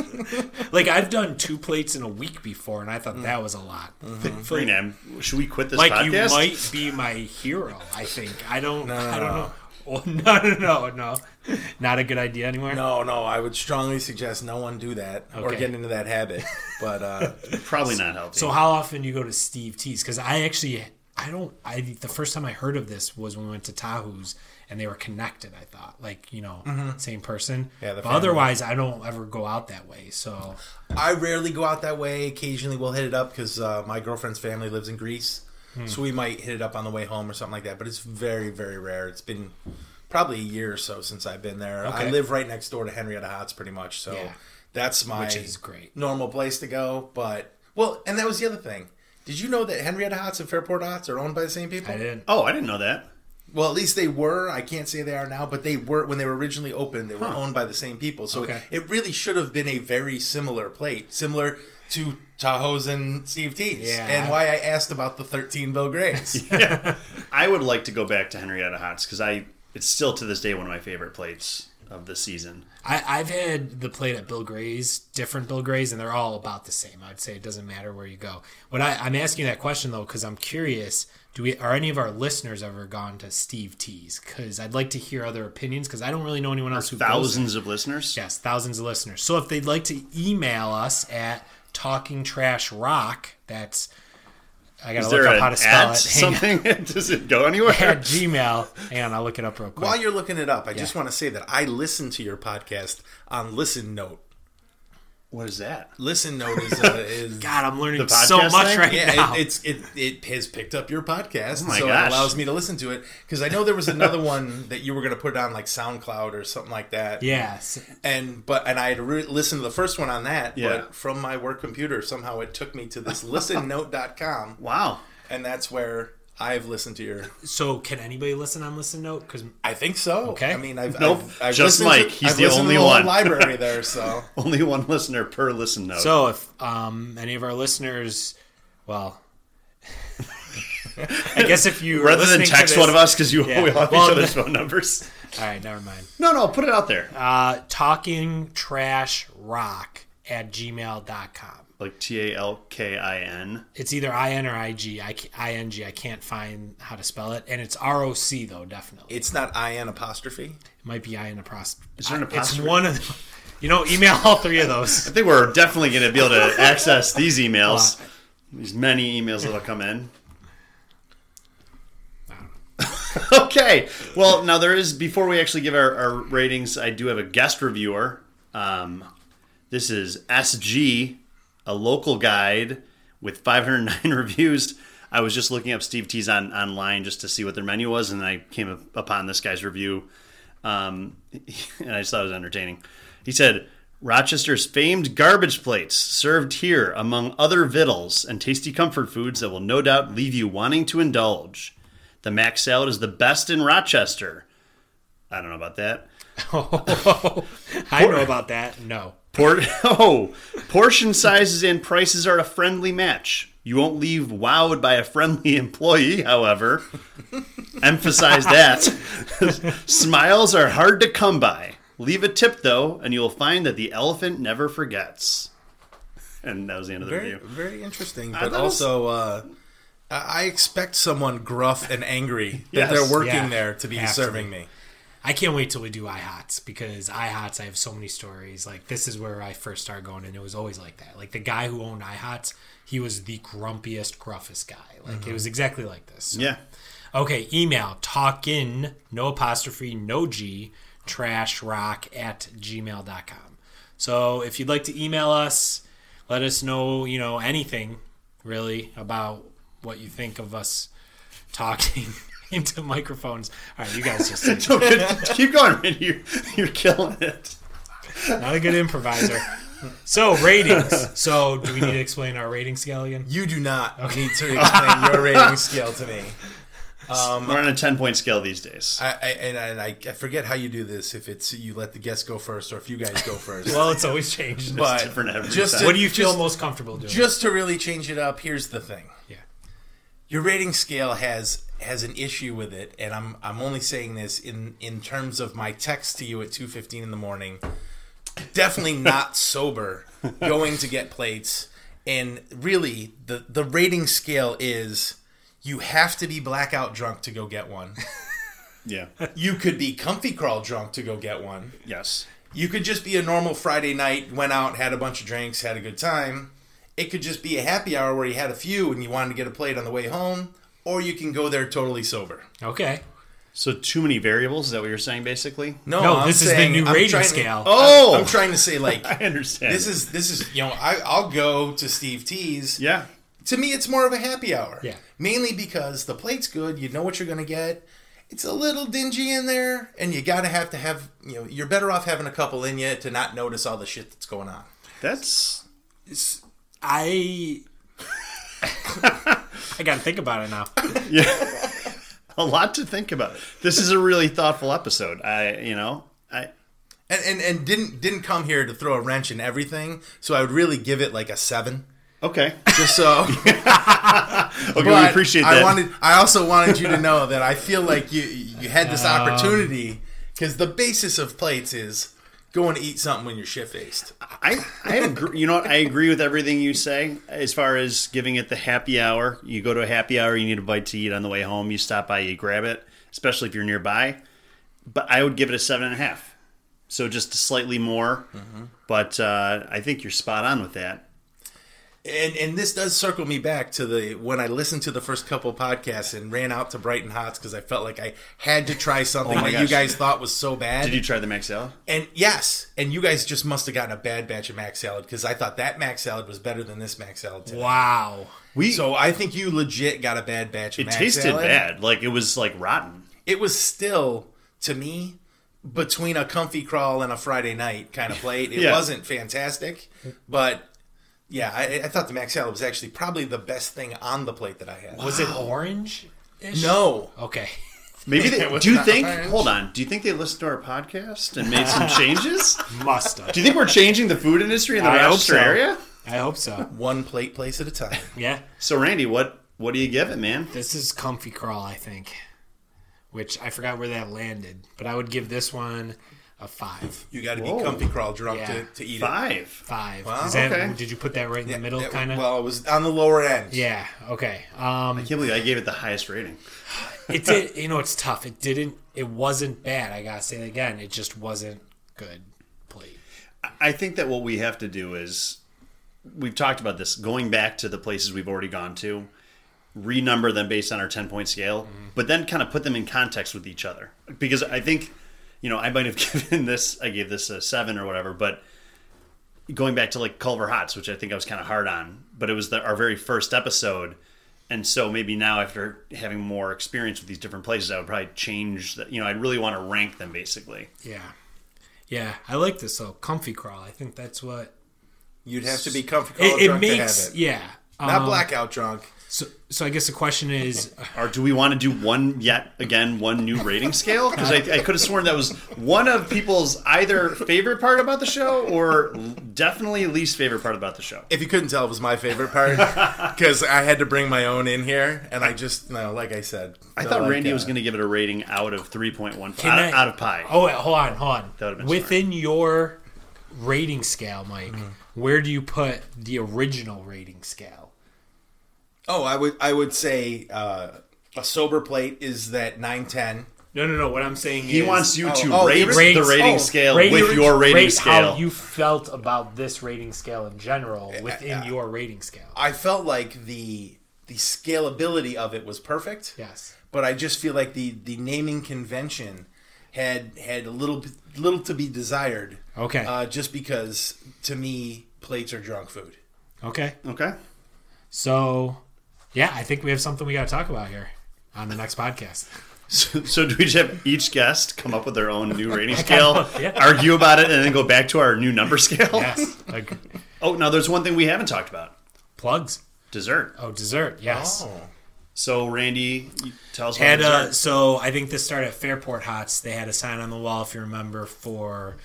C: like I've done two plates in a week before, and I thought that was a lot.
D: Mm-hmm.
B: Bring him. Should we quit this
C: Like you
B: podcast?
C: might be my hero. I think I don't.
D: no,
C: I don't
D: no.
C: know. Oh, no, no, no, no. Not a good idea anymore.
D: No, no, I would strongly suggest no one do that or
C: Okay.
D: get into that habit. But uh,
B: Probably not healthy.
C: So how often do you go to Steve T's? Because I actually, I don't. I the first time I heard of this was when we went to Tahoe's, and they were connected. I thought, like you know, same person.
D: Mm-hmm. Yeah,
C: But
D: the family.
C: otherwise, I don't ever go out that way. So
D: I rarely go out that way. Occasionally, we'll hit it up because uh, my girlfriend's family lives in Greece,
C: Hmm.
D: so we might hit it up on the way home or something like that. But it's very, very rare. It's been probably a year or so since I've been there.
C: Okay.
D: I live right next door to Henrietta Hots, pretty much. So
C: Yeah.
D: that's my
C: Which is great.
D: normal place to go. But well, and that was the other thing. Did you know that Henrietta Hots and Fairport Hots are owned by the same people?
C: I didn't.
B: oh, I didn't know that.
D: Well, at least they were. I can't say they are now, but they were when they were originally opened. They were owned by the same people, so
C: Okay.
D: it really should have been a very similar plate, similar to Tahoe's and Steve T's.
C: Yeah.
D: And why I asked about the thirteen Bill Grays.
B: I would like to go back to Henrietta Hots because I. It's still to this day one of my favorite plates of the season.
C: I, I've had the plate at Bill Gray's, different Bill Gray's, and they're all about the same. I'd say it doesn't matter where you go. But I, I'm asking that question though because I'm curious: Do we are any of our listeners ever gone to Steve T's? Because I'd like to hear other opinions because I don't really know anyone else who goes
B: Thousands of listeners.
C: Yes, thousands of listeners. So if they'd like to email us at talking trash rock, that's I gotta
B: Is
C: look
B: there
C: up
B: an
C: how to spell
B: at
C: it. Hang on.
B: something? Does it go anywhere?
C: At Gmail. Hang on, I'll look it up real quick.
D: while you're looking it up, I just want to say that I listened to your podcast on Listen Note.
B: What is that?
D: Listen note is, uh, is
C: God, I'm learning
B: The
C: so
B: podcast
C: much
B: thing?
C: right now. Oh
D: yeah, it, it's it, it has picked up your podcast,
B: my
D: so
B: gosh.
D: it allows me to listen to it because I know there was another one that you were going to put on like SoundCloud or something like that.
C: yes.
D: and but and I had re- listened to the first one on that,
B: Yeah.
D: but from my work computer somehow it took me to this listennote.com
B: Wow.
D: and that's where I've listened to your.
C: So can anybody listen on Listen Note? Because
D: I think so.
C: Okay.
D: I mean, I've
B: Nope,
D: I've, I've
B: just
D: listened to-
B: Mike. He's
D: I've
B: the
D: listened to
B: only
D: whole
B: one.
D: library there. So
B: Only one listener per listen note.
C: so if um, any of our listeners, well, I guess if you were
B: Rather than
C: listening to
B: text
C: this-
B: one of us because you
C: Yeah.
B: we all have
C: Well,
B: each other's
C: the-
B: phone numbers.
C: All right, never mind.
B: No, no, put it out there.
C: Uh, talking trash rock at gmail.com.
B: Like T A L K I N.
C: It's either IN or IG. I, ca- ING. I can't find how to spell it. And it's ROC, though, definitely. It
D: it's not IN apostrophe.
C: might be IN apostrophe. Uh,
B: Is there an
C: It's
B: apostrophe?
C: one of the, You know, email all three of those.
B: I think we're definitely going to be able to access these emails, these many emails that'll come in. okay. Well, now there is, before we actually give our, our ratings, I do have a guest reviewer. Um, this is SG, a local guide with 509 reviews. I was just looking up Steve T's on online just to see what their menu was, and I came up- upon this guy's review, um, and I just thought it was entertaining. He said, Rochester's famed garbage plates served here among other victuals and tasty comfort foods that will no doubt leave you wanting to indulge. The Mac salad is the best in Rochester. I don't know about that.
C: I know about that. No.
B: Por- oh, portion sizes and prices are a friendly match. You won't leave wowed by a friendly employee, however. Emphasize that. Smiles are hard to come by. Leave a tip, though, and you'll find that the elephant never forgets. And that was the end of the
D: Very
B: review.
D: very interesting, but
B: thought it was-
D: also. Uh, I I expect someone gruff and angry
B: Yes.
D: that they're working
C: Yeah.
D: there to be
C: Have to
D: serving
C: be.
D: me.
C: I can't wait till we do IHOTs because IHOTs, I have so many stories. Like, this is where I first started going, and it was always like that. Like, the guy who owned IHOTs, he was the grumpiest, gruffest guy. Like, it was exactly like this. So-
B: Yeah.
C: Okay, email talkin, no apostrophe, no G, trash rock at gmail.com. So if you'd like to email us, let us know, you know, anything really about what you think of us talking into microphones. All right, you guys just said
B: So good. Keep going, man. You're, you're killing it.
C: not a good improviser. So ratings. So do we need to explain our rating scale again?
D: You do not need to explain your rating scale to me.
B: We're on a 10 point scale these days.
D: Um, I, I and, and I, I forget how you do this. If it's you let the guests go first, or if you guys go first.
C: Well, it's always changed.
D: but
B: different every
D: just
B: time.
D: to,
C: what do you feel
D: just-
C: most comfortable doing?
D: Just to really change it up, here's the thing.
C: yeah.
D: Your rating scale has has an issue with it, and I'm I'm only saying this in in terms of my text to you at 2:15 in the morning. Definitely not sober, going to get plates, and really the the rating scale is you have to be blackout drunk to go get one.
B: Yeah.
D: You could be comfy crawl drunk to go get one.
B: Yes.
D: You could just be a normal Friday night, went out, had a bunch of drinks, had a good time. It could just be a happy hour where you had a few and you wanted to get a plate on the way home, or you can go there totally sober.
C: Okay.
B: So, too many variables. Is that what you're saying, basically?
C: No, this is the new rating
D: trying-
C: scale.
B: Oh!
D: I'm, I'm trying to say like
B: I understand.
D: this is this is you know I I'll go to Steve T's.
B: Yeah.
D: To me, it's more of a happy hour.
C: Yeah.
D: Mainly because the plate's good, you know what you're gonna get. It's a little dingy in there, and you gotta have to have you know you're better off having a couple in you to not notice all the shit that's going on.
B: That's
C: I I gotta think about it now.
B: a lot to think about. This is a really thoughtful episode. I, you know, I
D: and, and and didn't didn't come here to throw a wrench in everything. So I would really give it like a seven,
B: okay,
D: just so.
B: okay, we
D: But
B: appreciate
D: I
B: that.
D: wanted. I also wanted you to know that I feel like you you had this opportunity because the basis of plates is going to eat something when you're shit faced.
B: I, I agree. You know, what? I agree with everything you say as far as giving it the happy hour. You go to a happy hour, you need a bite to eat on the way home. You stop by, you grab it, especially if you're nearby. But I would give it a seven and a half,
D: Mm-hmm.
B: so just slightly more. But uh, I think you're spot on with that.
D: and and this does circle me back to the when I listened to the first couple podcasts and ran out to Brighton Hots because I felt like I had to try something
B: Oh my
D: that you
B: gosh.
D: guys thought was so bad.
B: Did you try the Maxell?
D: And yes, and you guys just must have gotten a bad batch of mac salad because I thought that mac salad was better than this mac salad. Today.
C: Wow.
B: We
D: So I think you legit got a bad batch
B: it
D: of mac
B: tasted
D: salad.
B: bad. Like it was like rotten.
D: It was still to me between a comfy crawl and a Friday night kind of plate. It
B: Yeah.
D: wasn't fantastic, but yeah, I, I thought the mac salad was actually probably the best thing on the plate that I had.
C: Was it orange?
D: No,
C: Okay.
B: Maybe
D: It
B: they,
D: was
B: do you
D: not
B: think?
D: orange.
B: Hold on. Do you think they listened to our podcast and made some changes?
C: Must have.
B: Do you think we're changing the food industry in the
A: I hope
B: Rochester
A: so.
B: area?
A: I hope so.
D: one plate place at a time.
C: Yeah.
B: So Randy, what what do you give it, man?
C: This is comfy crawl, I think. Which I forgot where that landed, but I would give this one a five.
D: You got to be
B: Whoa.
D: comfy crawl drunk
C: Yeah.
D: to, to eat it.
B: Five.
C: Five.
D: Wow,
C: Is that,
B: okay.
C: Did you put that right in the middle,
D: That-
C: kind of?
D: Well, it was on the lower end.
C: yeah. Okay. Um,
B: I can't believe I gave it the highest rating.
C: it did. You know, it's tough. It didn't. It wasn't bad. I gotta say it again. It just wasn't good. Plate.
B: I think that what we have to do is we've talked about this going back to the places we've already gone to, renumber them based on our 10 point scale, but then kind of put them in context with each other. Because I think, you know, I might have given this, I gave this a seven or whatever, but going back to like Culver Hots, which I think I was kind of hard on, but it was the, our very first episode. And so maybe now after having more experience with these different places, I would probably change that. You know, I'd really want to rank them basically.
C: Yeah. Yeah. I like this though. Comfy crawl. I think that's what
D: You'd have to be comfy crawl
C: it, it
D: drunk to
C: makes.
D: have it.
C: Yeah.
D: Not
C: Um,
D: blackout drunk.
C: So, so I guess the question is,
B: Or do we want to do one yet again, one new rating scale? Because I, I could have sworn that was one of people's either favorite part about the show or definitely least favorite part about the show.
D: If you couldn't tell, it was my favorite part because I had to bring my own in here, and I just no, like uh, I said,
B: I thought Randy was going to give it a rating out of 3.1
C: Can
B: out,
C: I-
B: out of pi.
C: oh, wait, hold on, hold on.
B: would've been
C: Within your rating scale, Mike, where do you put the original rating scale?
D: Oh, I would I would say uh, a sober plate is that nine ten.
C: No, no, no. What I'm saying
B: he wants you to
D: oh,
B: rate
D: he
B: the
C: rates-
B: rating
D: oh,
B: scale with your rating scale.
C: How you felt about this rating scale in general within your rating scale?
D: I felt like the the scalability of it was perfect.
C: Yes.
D: but I just feel like the the naming convention had had a little bit- little to be desired.
C: Okay.
D: uh, just because to me plates are drunk food.
C: Okay.
B: okay.
C: So, yeah, I think we have something we got to talk about here on the next podcast.
B: So, so do we just have each guest come up with their own new rating scale,
C: yeah.
B: argue about it, and then go back to our new number scale?
C: Yes. like,
B: Oh, now there's one thing we haven't talked about
C: plugs.
B: dessert.
C: Oh, dessert. Yes.
D: Oh.
B: So, Randy, you- tell us about
C: had uh,
B: dessert.
C: a, so I think this started at Fairport Hots. They had a sign on the wall, if you remember, for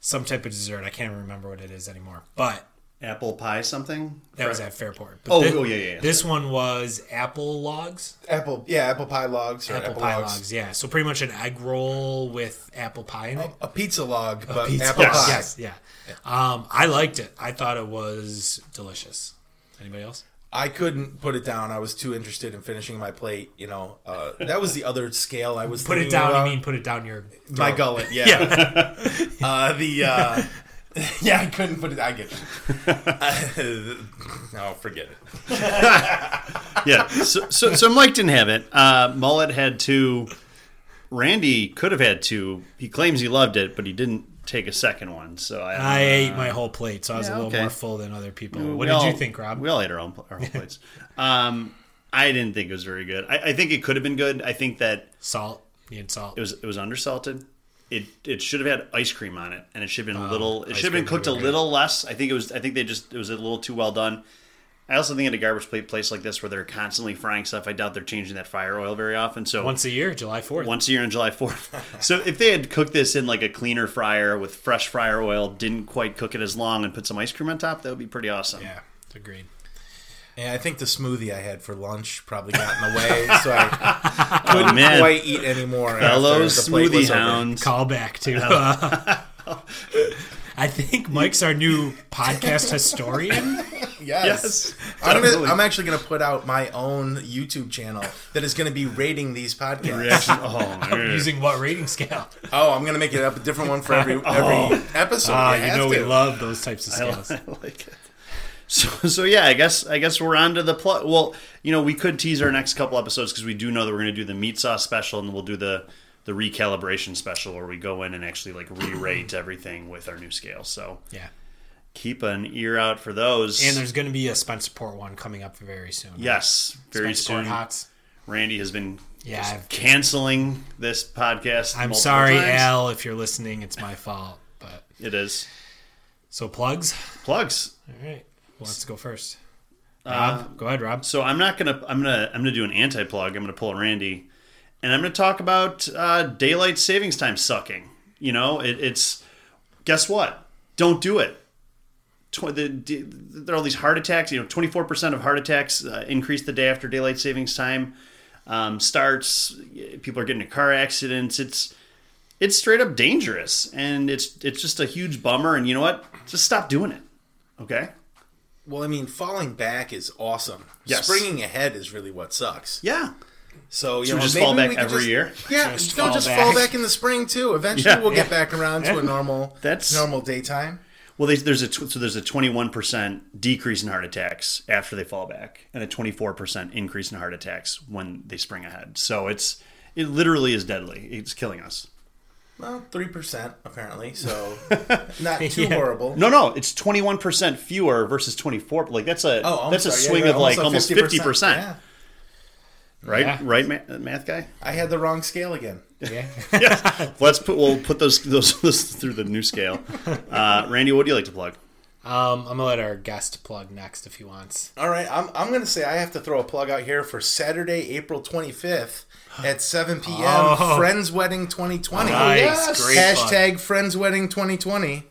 C: some type of dessert. I can't remember what it is anymore, but
B: apple pie something.
C: that was at Fairport. But
B: Oh,
C: thi-
B: oh, yeah, yeah, yeah.
C: This one was apple logs,
D: Apple, yeah, apple pie logs or
C: apple,
D: apple,
C: pie
D: logs.
C: logs. Yeah, so pretty much an egg roll with apple pie in it.
D: A pizza log, Oh, but
C: Pizza
D: apple
B: Yes.
D: pie.
C: Yes, yeah. Um, I liked it. I thought it was delicious. Anybody else?
D: I couldn't put it down. I was too interested in finishing my plate. You know, uh, that was the other scale I was
C: Put it
D: thinking
C: down.
D: about.
C: You mean put it down your
D: my gullet? Yeah. uh, the uh, yeah, I couldn't put it. I get. It. no, forget it.
B: yeah. So, so, so Mike didn't have it. Uh, Mullet had two. Randy could have had two. He claims he loved it, but he didn't take a second one. So I,
C: I ate my whole plate, so I was
B: yeah,
C: a little
B: okay.
C: more full than other people.
B: we
C: what did
B: all-
C: you think, Rob?
B: We all ate our own, pl- our own plates. Um, I didn't think it was very good. I, I think it could have been good. I think that
C: Salt. You had salt.
B: it was it was undersalted. It it should have had ice cream on it, and it should have
D: Oh,
B: been a little. It
C: ice
B: should have been
C: cream
B: cooked a
C: would've been
B: little less. I think it was. I think they just it was a little too well done. I also think at a garbage plate place like this where they're constantly frying stuff, I doubt they're changing that fire oil very often. So
C: Once a year, July 4th.
B: once a year on July 4th. so if they had cooked this in like a cleaner fryer with fresh fryer oil, didn't quite cook it as long, and put some ice cream on top, that would be pretty awesome.
C: Yeah, agreed.
D: Yeah, I think the smoothie I had for lunch probably got in the way, so I couldn't
B: man.
D: quite eat anymore.
B: Hello,
D: after the plate
B: smoothie
D: was over.
B: hounds.
C: Call back to. Uh, I think Mike's our new podcast historian.
D: Yes.
B: Yes.
D: I'm,
B: Totally.
D: gonna, I'm actually going to put out my own YouTube channel that is going to be rating these podcasts.
B: Reaction. Oh, man.
C: Using what rating scale?
D: Oh, I'm going to make it up a
B: Oh.
D: different one for every every episode.
C: Ah,
D: You
C: you
D: have
C: know we
D: to.
C: love those types of scales.
B: I like it. So, so yeah, I guess I guess we're on to the plug. Well, you know, we could tease our next couple episodes because we do know that we're going to do the meat sauce special, and we'll do the the recalibration special where we go in and actually like re-rate everything with our new scale. So
C: Yeah.
B: keep an ear out for those.
C: And there's going to be a Spencer Port one coming up very soon.
B: yes, very
C: Spencer Port
B: soon.
C: Hots.
B: Randy has been
C: Yeah,
B: just
C: I've-
B: canceling this podcast.
C: I'm
B: multiple
C: sorry,
B: times.
C: Al, if you're listening, it's my fault. But
B: It is
C: so plugs.
B: plugs.
C: All right. Well, let's go first. Rob, go ahead, Rob.
B: So I'm not gonna I'm gonna I'm gonna do an anti plug. I'm gonna pull a Randy, and I'm gonna talk about uh, daylight savings time sucking. You know, it, it's guess what? Don't do it. Tw- the, the, there are all these heart attacks. You know, 24 percent of heart attacks uh, increase the day after daylight savings time um, starts. People are getting into car accidents. It's it's straight up dangerous, and it's it's just a huge bummer. And you know what? Just stop doing it. Okay.
D: Well, I mean, falling back is awesome.
B: Yes.
D: Springing ahead is really what sucks.
B: Yeah.
D: So you
B: So
D: know,
B: just
D: maybe
B: fall back
D: we could
B: every
D: just-
B: year?
D: Yeah,
C: Just
D: no,
C: fall
D: just
C: back.
D: fall back in the spring too. Eventually,
B: Yeah.
D: we'll get back around to a normal
B: That's-
D: normal daytime.
B: Well, they, there's a tw- so there's a 21% decrease in heart attacks after they fall back, and a 24% increase in heart attacks when they spring ahead. So it's it literally is deadly. It's killing us.
D: Well, three percent apparently, so not too
C: Yeah.
D: horrible.
B: No, no, it's 21% fewer versus 24. Like that's a
D: Oh, I'm
B: that's
D: sorry,
B: a
D: yeah,
B: swing
D: you're
B: of like almost 50%.
D: Yeah.
B: Right,
C: Yeah.
B: right, ma- math guy.
D: I had the wrong scale again.
C: Yeah.
B: Let's put we'll put those those, those through the new scale. Uh, Randy, what do you like to plug?
C: um, I'm going to let our guest plug next if he wants.
D: All right, I'm, I'm going to say I have to throw a plug out here for Saturday, April 25th at 7 p.m.
C: Oh.
D: Friends Wedding 2020.
C: Nice, great
D: Hashtag Friends Wedding 2020.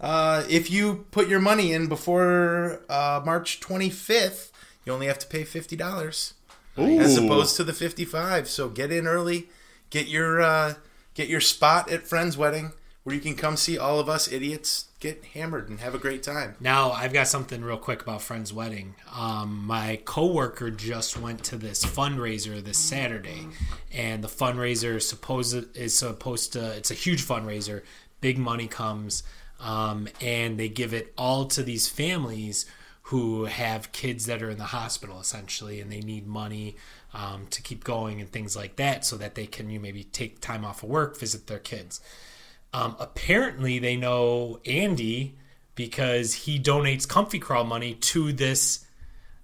D: Uh, if you put your money in before uh, March 25th, you only have to pay $50 as opposed to the 55 So get in early, get your uh, get your spot at Friends Wedding where you can come see all of us idiots get hammered and have a great time.
C: Now, I've got something real quick about Friend's Wedding. Um, my coworker just went to this fundraiser this Saturday, and the fundraiser supposed is supposed to. It's a huge fundraiser. Big money comes, um, and they give it all to these families who have kids that are in the hospital essentially, and they need money um, to keep going and things like that, so that they can you maybe take time off of work, visit their kids. Um, apparently, they know Andy because he donates Comfy Crawl money to this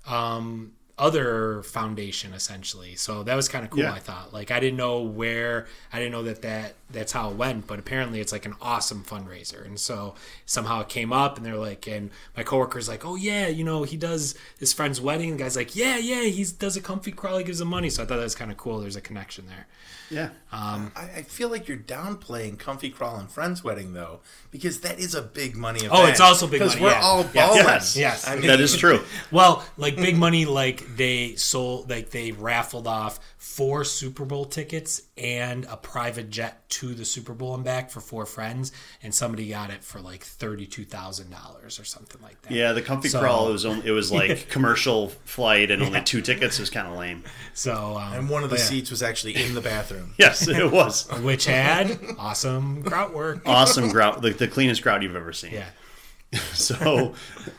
C: um, other foundation, essentially. So that was kind of cool.
B: Yeah.
C: I thought, like, I didn't know where, I didn't know that that that's how it went, but apparently, it's like an awesome fundraiser. And so somehow it came up, and they're like, and my coworker's like, oh yeah, you know, he does his friend's wedding. The guy's like, yeah, yeah, he does a Comfy Crawl, he gives him money. So I thought that was kind of cool. There's a connection there.
B: Yeah,
D: I, I feel like you're downplaying Comfy Crawl and Friends Wedding though, because that is a big money event.
C: Oh, it's also big
D: Because
C: money,
D: we're
C: yeah.
D: all
C: Yeah.
D: balling.
B: Yes.
C: Yes.
D: I mean,
B: that is true.
C: Well, like big money, like they sold, like they raffled off four Super Bowl tickets and a private jet to the Super Bowl and back for four friends, and somebody got it for like thirty-two thousand dollars or something like that.
B: Yeah, the comfy
C: So-
B: crawl it was only, it was like commercial flight and only two tickets is kind of lame.
C: So, um,
D: And one of the
C: yeah.
D: seats was actually in the bathroom.
B: Yes, it was.
C: which had awesome grout work.
B: awesome grout, like the cleanest grout you've ever seen.
C: Yeah.
B: So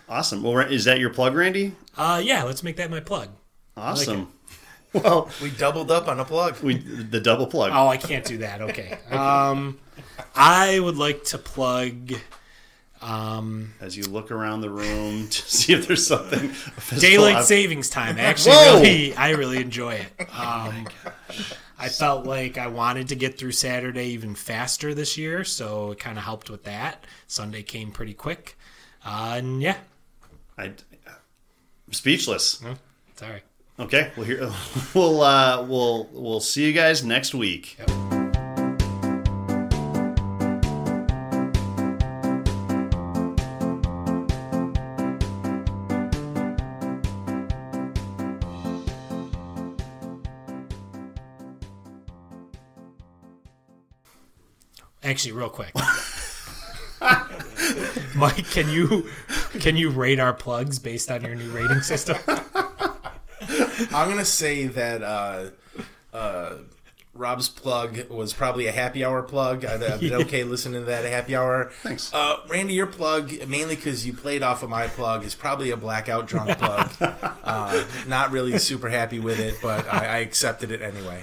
B: awesome. Well, Ra- is that your plug, Randy?
C: Uh, yeah. Let's make that my plug.
B: Awesome. well,
D: We doubled up on a plug.
B: we the double plug.
C: Oh, I can't do that. Okay. Um, I would like to plug. Um,
B: As you look around the room to see if there's something. physical
C: daylight
B: ob-
C: savings time. I Actually,
B: Whoa!
C: really, I really enjoy it. Um, I felt like I wanted to get through Saturday even faster this year, so it kind of helped with that. Sunday came pretty quick, uh, and yeah,
B: I, am speechless.
C: sorry.
B: Okay, well here we'll uh, we'll we'll see you guys next week.
C: Actually, real quick, Mike, can you can you rate our plugs based on your new rating system?
D: I'm gonna say that uh, uh, Rob's plug was probably a happy hour plug. I've, I've been okay listening to that happy hour.
B: Thanks.
D: uh, Randy. Your plug, mainly because you played off of my plug, is probably a blackout drunk plug. uh, not really super happy with it, but I, I accepted it anyway.